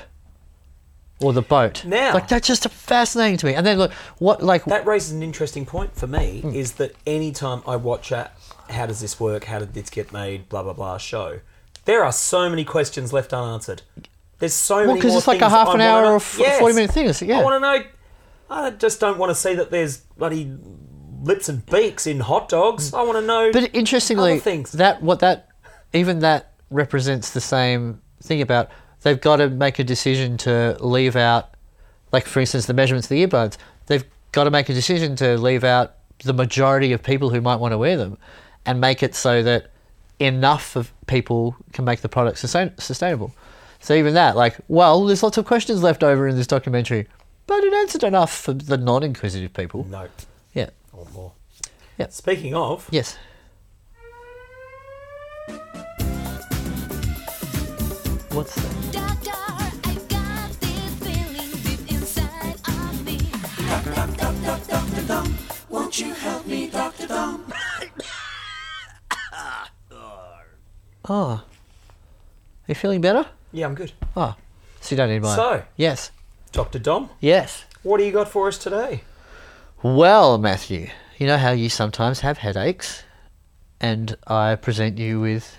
or the boat.
Now-
like that's just fascinating to me. And then look, what like
that raises an interesting point for me
Hmm.
is that any time I watch a how does this work, how did this get made, blah blah blah show, there are so many questions left unanswered. There's so many.
because
more
it's like a
things
half
I
an
wanna
hour
know.
or f- 40 minute thing. It's- yeah.
I want to know. I just don't want to see that there's bloody lips and beaks in hot dogs. I want to know.
Hmm. But interestingly,
other things.
that what that even that represents the same thing about they've got to make a decision to leave out, like for instance, the measurements of the earbuds. They've got to make a decision to leave out the majority of people who might want to wear them, and make it so that enough of people can make the product sustain- sustainable. So even that, like, well, there's lots of questions left over in this documentary, but it answered enough for the non-inquisitive people.
no,
Yeah.
or more.
Yeah.
Speaking of,
Yes. What's that?
Doctor, I got this feeling deep inside of me.
you feeling better?
yeah, I'm good.
Oh, so you don't need mine.
So.
Yes.
Doctor Dom,
Yes.
what do you got for us today?
Well, Matthew, you know how you sometimes have headaches, and I present you with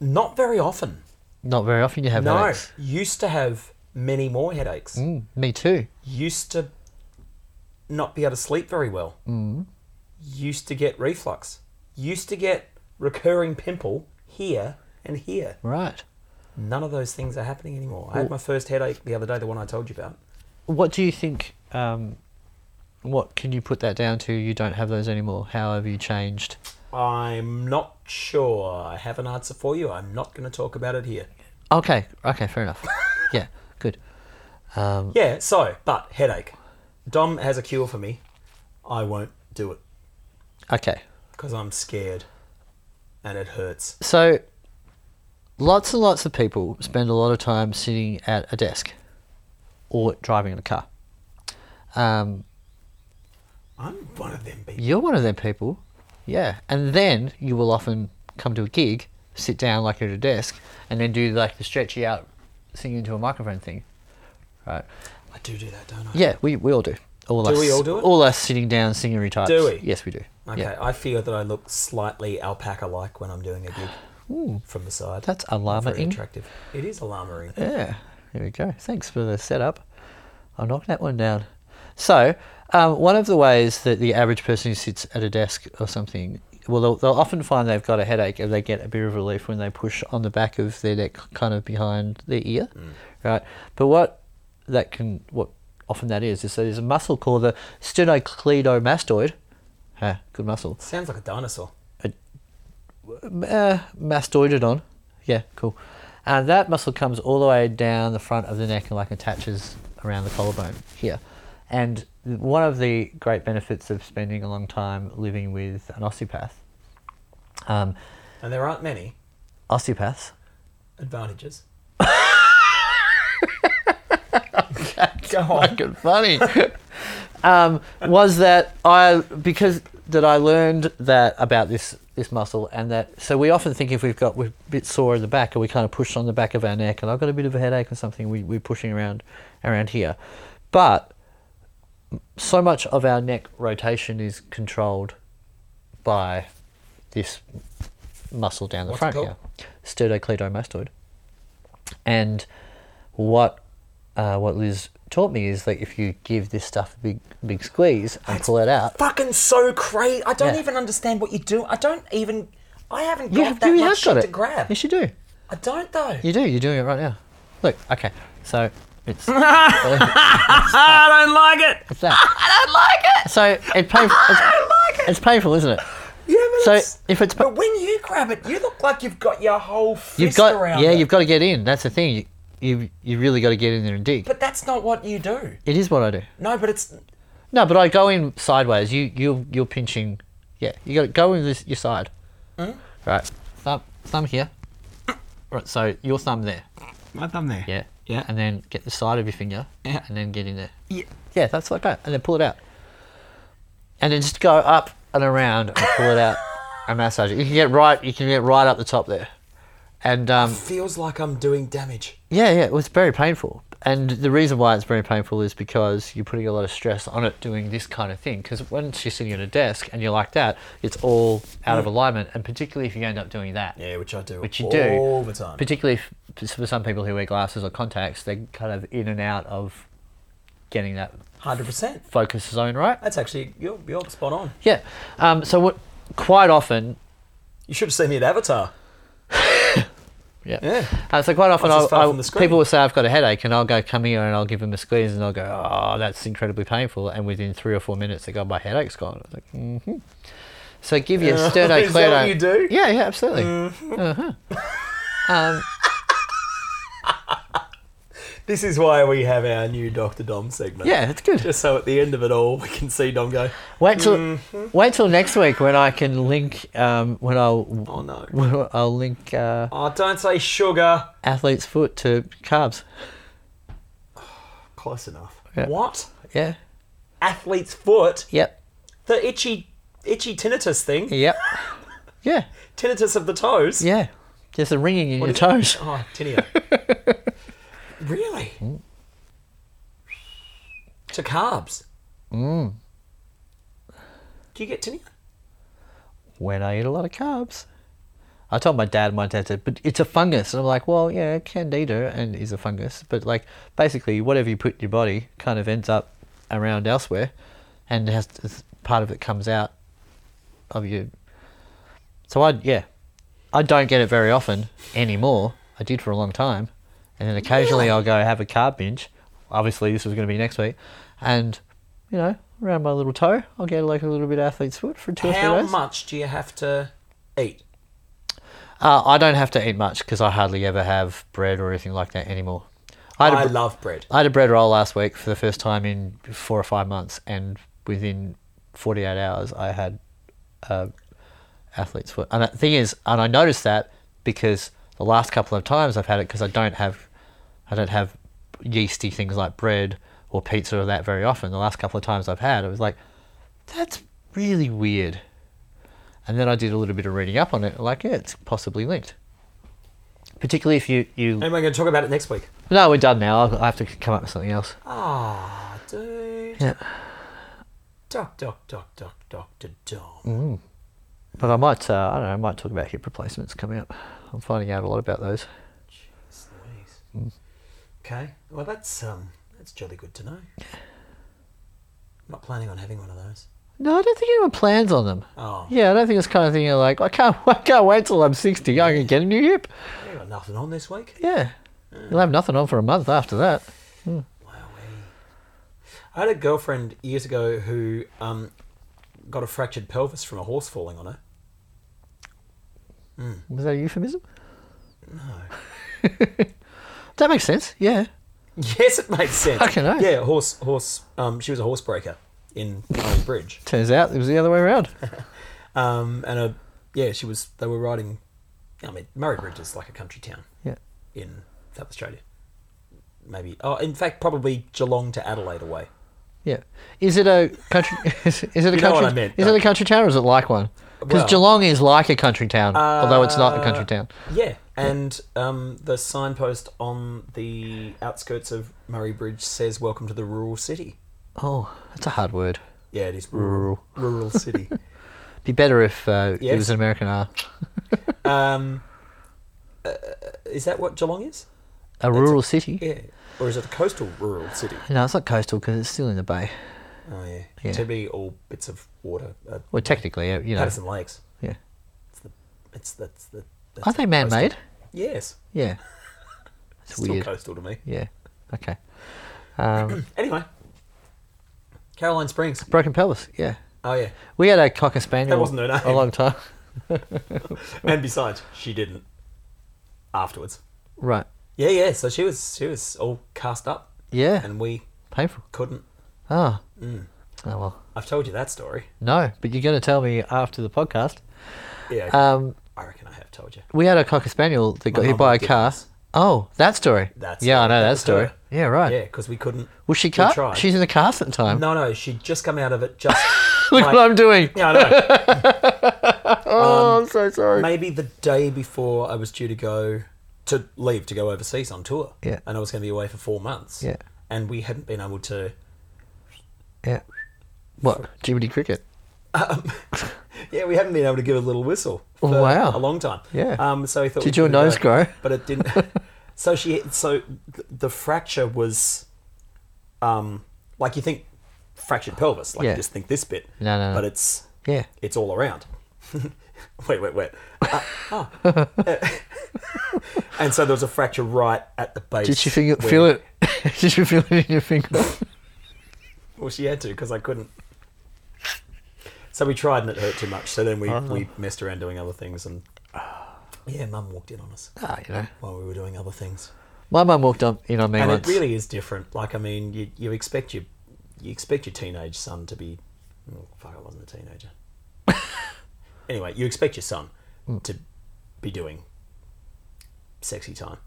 Not very often.
not very often you have
No,
headaches.
used to have many more headaches.
Mm, me too.
Used to not be able to sleep very well. Mm. Used to get reflux. Used to get recurring pimple here and here.
Right.
None of those things are happening anymore. I had my first headache the other day, the one I told you about.
What do you think? Um, what can you put that down to? You don't have those anymore. How have you changed?
I'm not sure. I have an answer for you. I'm not going to talk about it here.
Okay, okay, fair enough. yeah, good.
Yeah, so, but headache. Dom has a cure for me. I won't do it
Okay,
because I'm scared and it hurts.
so lots and lots of people spend a lot of time sitting at a desk or driving in a car. Um,
I'm one of them people.
You're one of them people. Yeah. And then you will often come to a gig, sit down like at a desk, and then do like the stretchy out singing into a microphone thing. Right.
I do do that, don't I?
Yeah, we, we all do. All
Do
us,
we all do it?
All us sitting down singery types.
Do we?
Yes, we do.
Okay,
Yeah.
I feel that I look slightly alpaca like when I'm doing a gig from the side.
That's
very
alarming.
attractive. It is alarming.
Yeah. There we go. Thanks for the setup. I'll knock that one down. So, um, one of the ways that the average person who sits at a desk or something, well, they'll, they'll often find they've got a headache and they get a bit of relief when they push on the back of their neck, kind of behind their ear, right? But what that can, what often that is, is that there's a muscle called the sternocleidomastoid. Huh, good muscle.
Sounds like a dinosaur.
Uh, mastoidodon. Yeah, cool. And that muscle comes all the way down the front of the neck and like attaches around the collarbone here. And one of the great benefits of spending a long time living with an osteopath, um,
And there aren't many
osteopaths,
advantages. Go on.
fucking funny. um, was that I because that I learned that about this this muscle and that so we often think if we've got we're a bit sore in the back and we kind of push on the back of our neck and I've got a bit of a headache or something we we're pushing around around here, but so much of our neck rotation is controlled by this muscle down the
What's it called?
front here, sternocleidomastoid, and what uh, what Liz taught me is that if you give this stuff a big big squeeze and pull it out,
Fucking so crazy. I don't
Yeah.
even understand what you do. I don't even. I haven't got
you have,
that
you have
much
got
shit
it.
to grab.
Yes, you do.
I don't though.
You do. You're doing it right now. Look. Okay. So it's
I don't like it.
it's that. I don't like it. So it painful. I don't like it. It's painful, isn't it?
Yeah, but
So
it's-
if it's
But when you grab it, you look like you've got your whole fist
you've got
around
yeah
it.
you've got to get in. That's the thing. You you, you really got to get in there and dig.
But that's not what you do.
it is what I do.
No, but it's
No, but I go in sideways. You you you're pinching. Yeah, you got to go in this your side. Right, thumb thumb here. Right, so your thumb there.
my thumb there.
Yeah.
Yeah.
And then get the side of your finger.
Yeah.
And then get in there.
Yeah.
Yeah, that's like that. And then pull it out. And then just go up and around and pull it out and massage it. You can get right. You can get right up the top there. And um,
Feels like I'm doing damage.
yeah, yeah, it was very painful. And the reason why it's very painful is because you're putting a lot of stress on it doing this kind of thing. Because once you're sitting at a desk and you're like that, it's all out of alignment. And particularly if you end up doing that,
Mm. Yeah, which I do.
which you
all
do
all the time.
Particularly if, for some people who wear glasses or contacts, they're kind of in and out of getting that
Hundred percent.
focus zone right.
That's actually you're you're spot on.
Yeah. Um, so what? Quite often,
You should have seen me at Avatar.
Yeah.
Yeah.
Uh, so quite often,
That's as
I'll,
far
I'll-
from the screen.
people will say I've got a headache, and I'll go come here and I'll give them a squeeze, and they'll go, "Oh, that's incredibly painful." And within three or four minutes, they go, "My headache's gone." I was like, "Hmm." So give your
Yeah. Uh,
sternocleido.
Is that what you do? Mm-hmm.
Yeah, yeah, absolutely. Uh-huh. um,
This is why we have our new Doctor Dom segment.
yeah, it's good.
Just so at the end of it all, we can see Dom go.
Wait till
mm-hmm.
wait till next week when I can link um, when I'll
Oh no.
when I'll link uh,
Oh, don't say sugar.
athlete's foot to carbs.
Close enough.
Yeah.
What?
Yeah.
Athlete's foot.
Yep.
The itchy, itchy tinnitus thing.
Yep. yeah.
Tinnitus of the toes.
Yeah. There's a ringing in your
is-
toes.
Oh, tinea. really? To carbs. Mm. Do you get tinea?
when I eat a lot of carbs. I told my dad, my dad said, but it's a fungus. And I'm like, well, yeah, candida and is a fungus. But like, basically, whatever you put in your body kind of ends up around elsewhere and has it's- part of it comes out of you. So I, yeah, I don't get it very often anymore. I did for a long time. And then occasionally I'll go have a carb binge. Obviously, this was going to be next week. And, you know, around my little toe. I'll get like a little bit of athlete's foot for two or three
How
days.
much do you have to eat?
Uh, I don't have to eat much because I hardly ever have bread or anything like that anymore. I had,
I
a, bre-
love bread.
I had a bread roll last week for the first time in four or five months, and within 48 hours, I had uh, athlete's foot. And the thing is, and I noticed that because the last couple of times I've had it, because I don't have, I don't have yeasty things like bread or pizza or that very often. The last couple of times I've had, it was like, that's really weird. And then I did a little bit of reading up on it, like, yeah, it's possibly linked. Particularly if you, you
And we're going to talk about it next week.
no, we're done now. I'll- I have to come up with something else.
Ah, dude.
Yeah.
Doc, doc, doc, doc, Dr. Dom.
Mm. But I might, uh, I don't know, I might talk about hip replacements coming up. I'm finding out a lot about those.
Jeez Louise. Okay. Well, that's um, that's jolly good to know. I'm not planning on having one of those.
No, I don't think anyone plans on them.
Oh,
Yeah, I don't think it's the kind of thing you're like, I can't, I can't wait till I'm 60. I can get a new hip.
we got nothing on this week.
Yeah. You'll have nothing on for a month after that.
I had a girlfriend years ago who um, got a fractured pelvis from a horse falling on her.
Was that a euphemism? No. that makes sense. Yeah.
Yes, it makes sense.
Fucking oath.
Yeah, horse, horse. Um, she was a horse breaker in Iron Bridge.
Turns out it was the other way around.
Um, and a, yeah, she was. They were riding. I mean, Murray Bridge is like a country town
Yeah.
in South Australia. Maybe. Oh, in fact, probably Geelong to Adelaide away.
Yeah. Is it a country? Is, is it a
You know
country?
what I meant,
is
though.
it a country town or is it like one? Because
Well- uh,
Geelong is like a country town, although it's not a country town.
Yeah, and um, the signpost on the outskirts of Murray Bridge says "Welcome to the rural city."
Oh, that's a hard word.
Yeah, it is rural. Rural city.
Be better if uh, it
Yes.
was an American R.
um, uh, is that what Geelong is?
A rural city.
Yeah, or is it a coastal rural city?
No, it's not coastal because it's still in the bay.
Oh yeah,
Yeah.
to be all bits of water. Uh,
Well, technically, uh, you know.
Patterson Lakes.
Yeah.
It's the. It's that's the. That's
Are they
coastal.
man-made?
Yes,
Yeah. It's
still
weird.
coastal to me.
Yeah. Okay. Um,
Anyway, Caroline Springs.
broken pelvis. Yeah.
Oh yeah,
We had a cocker spaniel.
That wasn't her name.
A long time.
and besides, she didn't. Afterwards.
Right.
Yeah, yeah. So she was she was all cast up,
Yeah.
and Mm. we
Painful.
couldn't.
Ah. Oh well.
I've told you that story.
No, but you're going to tell me after the podcast.
Yeah,
Um,
I reckon I have told you.
we had a cocker spaniel that got
My
hit
mum
by a
did
car.
this.
Oh, that story.
That
yeah, I
story.
know
That
that,
was
story.
her.
Yeah, right.
Yeah, because we couldn't.
Was she
We
cut?
tried.
She's in the cast at the time.
No, no, she'd just come out of it. Just
Look
like-
what I'm doing.
yeah, I know.
Oh, I'm so sorry.
Maybe the day before I was due to go to leave to go overseas on tour.
Yeah.
and I was going to be away for four months.
Yeah.
and we hadn't been able to.
Yeah. What? Jiminy Cricket.
Yeah, we hadn't been able to give a little whistle. For
Wow.
a long time.
Yeah.
Um. So I thought.
Did
we'd
your
give it a
nose
go,
grow?
But it didn't. so she. So th- the fracture was, um, like you think fractured pelvis. Like
Yeah.
you just think this bit.
No, no, no.
But it's
Yeah.
it's all around. wait, wait, wait. Uh, oh. and so there was a fracture right at the base.
Did you feel it?
where-
Feel it? Did you feel it in your finger?
Well, she had to because I couldn't. So we tried and it hurt too much. So then we,
Oh.
we messed around doing other things and yeah, Mum walked in on us
ah, you know.
while we were doing other things.
My mum walked on, in on me
And
once.
it really is different. Like I mean, you, you expect your you expect your teenage son to be oh, fuck. I wasn't a teenager. anyway, you expect your son
Hmm.
to be doing sexy time,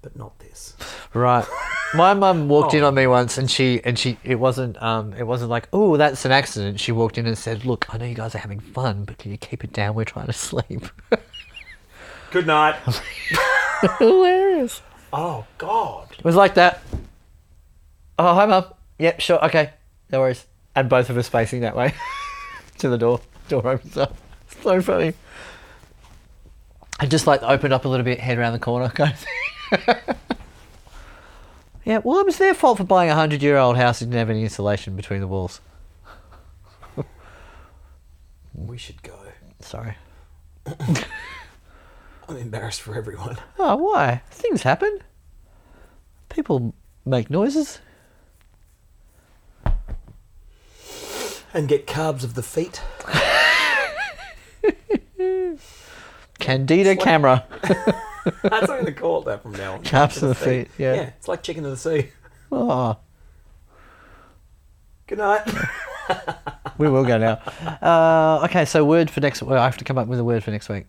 but not this.
Right. My mum walked in
Oh.
on me once, and she and she it wasn't um it wasn't like oh that's an accident. She walked in and said, "Look, I know you guys are having fun, but can you keep it down? We're trying to sleep."
Good night.
Hilarious.
oh God.
It was like that. Oh hi mum. Yep, sure, okay, no worries. And both of us facing that way to the door. Door opens up. So funny. I just like opened up a little bit, head around the corner kind of thing. yeah, well, it was their fault for buying a hundred-year-old house that didn't have any insulation between the walls.
We should go.
Sorry.
I'm embarrassed for everyone.
Oh, why? Things happen. People make noises.
and get carbs of the feet.
Candida
It's like-
camera.
That's what I'm gonna call it that from now on.
Carbs
Chicken
of the feet, yeah.
yeah, it's like chicken of the sea.
Oh,
Good night.
we will go now. Uh, okay, so word for next. Well, I have to come up with a word for next week,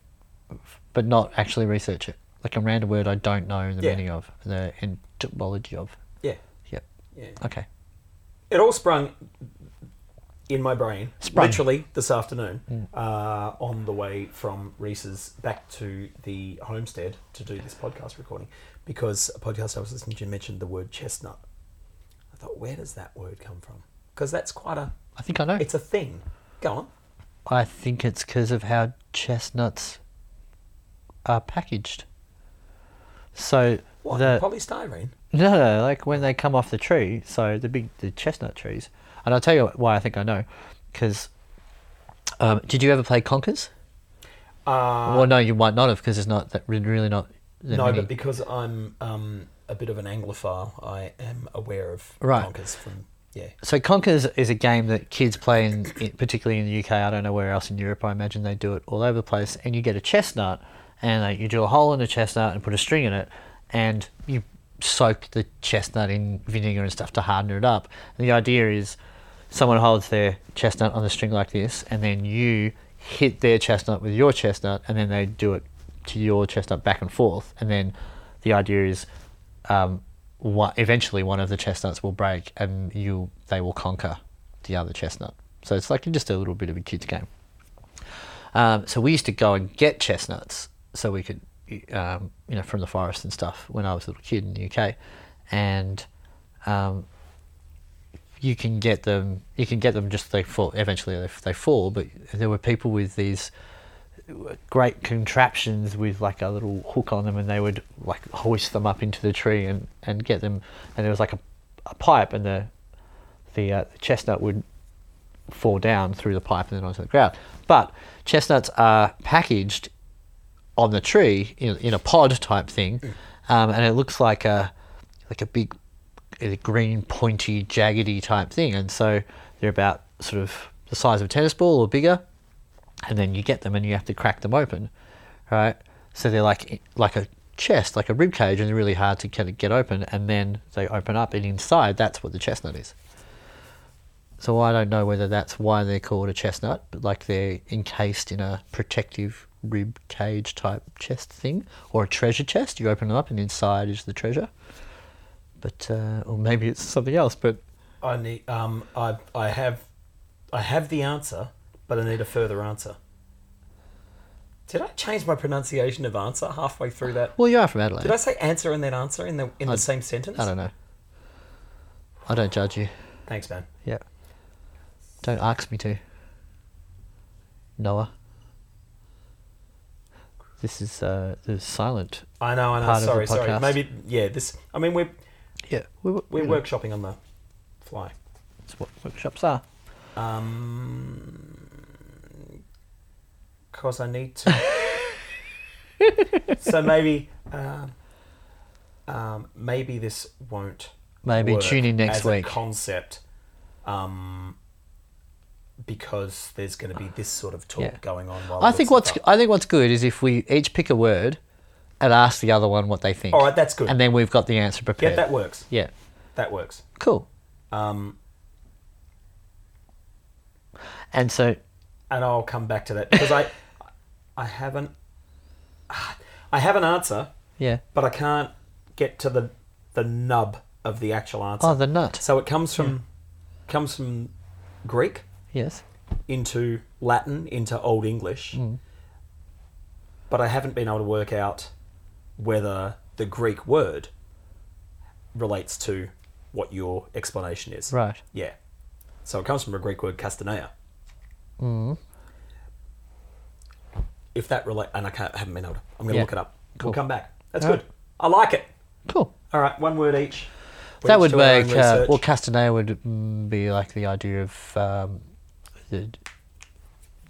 but not actually research it. Like a random word I don't know the
Yeah.
meaning of, the etymology of.
yeah,
Yep.
yeah.
Okay.
It all sprung in my brain,
Sprung. Hmm.
literally this afternoon, uh, on the way from Reese's back to the homestead to do this podcast recording, because a podcast I was listening to mentioned the word chestnut. I thought, where does that word come from? Because that's quite a,
I think I know.
it's a thing. Go on.
I think it's because of how chestnuts are packaged. So
What?
the
Polystyrene.
No, no, no, like when they come off the tree, so the big the chestnut trees. And I'll tell you why I think I know, because um, did you ever play Conkers?
Uh,
well, no, you might not have, because it's not that really not. that
no,
many.
but because I'm um, a bit of an Anglophile, I am aware of
Right.
bonkers from yeah.
so Conkers is a game that kids play, in, in, particularly in the UK. I don't know where else in Europe. I imagine they do it all over the place. And you get a chestnut, and like, you drill a hole in the chestnut and put a string in it, and you soak the chestnut in vinegar and stuff to harden it up. And the idea is someone holds their chestnut on the string like this, and then you hit their chestnut with your chestnut, and then they do it to your chestnut back and forth. And then the idea is um, one, eventually one of the chestnuts will break and you they will conquer the other chestnut. So it's like just a little bit of a kids game. Um, so we used to go and get chestnuts so we could, um, you know, from the forest and stuff when I was a little kid in the UK, and um, you can get them. You can get them just they fall. Eventually they, they fall, but there were people with these great contraptions with like a little hook on them and they would like hoist them up into the tree and, and get them and there was like a, a pipe and the the, uh, the chestnut would fall down through the pipe and then onto the ground but chestnuts are packaged on the tree in, in a pod type thing um, and it looks like a like a big a green pointy jaggedy type thing and so they're about sort of the size of a tennis ball or bigger and then you get them and you have to crack them open, right? So they're like like a chest, like a rib cage, and they're really hard to kind of get open. And then they open up, and inside that's what the chestnut is. So I don't know whether that's why they're called a chestnut, but like they're encased in a protective rib cage type chest thing, or a treasure chest. You open it up, and inside is the treasure. But uh, or maybe it's something else. But
I need. Um, I I have, I have the answer, but I need a further answer. Did I change my pronunciation of answer halfway through that?
well, you are from Adelaide.
Did I say answer and then answer in the in the same sentence?
I don't know. I don't judge you.
Thanks, man.
Yeah. Don't ask me to. Noah. This is uh, the silent.
I know. I know.
Part of the
sorry. Sorry.
podcast.
Maybe. Yeah. This. I mean, we're
Yeah, we, we-
we're
you know,
workshopping on the fly.
That's what workshops are.
Um, cause I need to. so maybe, um, um, maybe this won't.
Maybe
work
tune in next
as
week.
A concept, um, because there's going to be this sort of talk
Yeah.
going on. While
I
look
think what's
stuff up.
I think what's good is if we each pick a word, and ask the other one what they think.
All right, that's good.
And then we've got the answer
yeah,
prepared.
that works.
yeah.
That works.
Cool.
Um,
And so
and I'll come back to that because I, I haven't, I have an answer,
yeah.
but I can't get to the the nub of the actual answer.
Oh, the nut.
So it comes from comes from Greek
Yes.
into Latin into Old English,
Hmm.
but I haven't been able to work out whether the Greek word relates to what your explanation is.
Right.
Yeah. So it comes from a Greek word castanea. Mm.
Hmm.
If that relate, and I can't I haven't been able to. I'm going to
Yeah.
look it up.
Cool.
We'll come back. That's
All
good. I like it.
Cool.
All right, one word each. We
that
each
would
do our own
make uh,
research.
well castanea would mm, be like the idea of um, the d-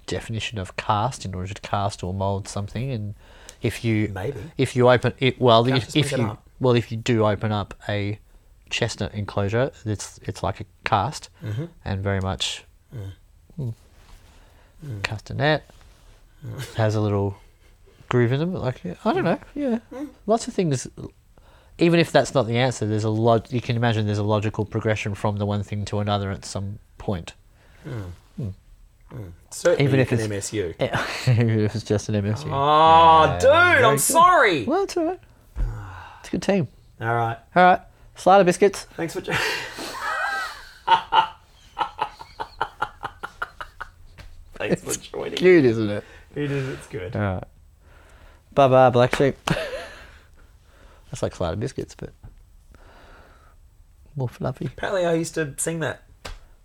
definition of cast in order to cast or mold something and if you
Maybe.
if you open it well
Can't
if,
just
if
make it
you
up.
well if you do open up a
Mm-hmm. Mm.
chestnut enclosure it's it's like a cast and very much Mm. Castanet. Has a little groove in them. Like yeah, I don't know. Yeah,
Mm.
lots of things. Even if that's not the answer, there's a lot. You can imagine there's a logical progression from the one thing to another at some point.
Certainly
Even
you
if
can
it's-
MSU.
it was just an MSU.
Oh, dude, I'm sorry.
Well, it's all right. It's a good team.
All right.
All right, Slider biscuits.
Thanks for. jo- Thanks for joining.
Cute, isn't it?
It is. It's good.
All right. Bye bye, black sheep. That's like Slider biscuits, but more fluffy.
Apparently, I used to sing that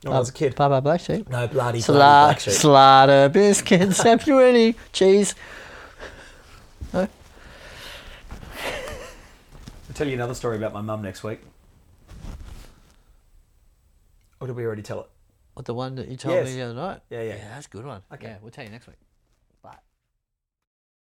when I was a kid.
Bye bye, black sheep.
No bloody, bloody
Sla-
black sheep.
Slaughter biscuits, Sapuini, cheese.
I'll tell you another story about my mum next week. Or did we already tell it?
What the one that you told
Yes.
me the other night?
Yeah, yeah.
Yeah, that's a good one.
Okay.
Okay, we'll tell you next week.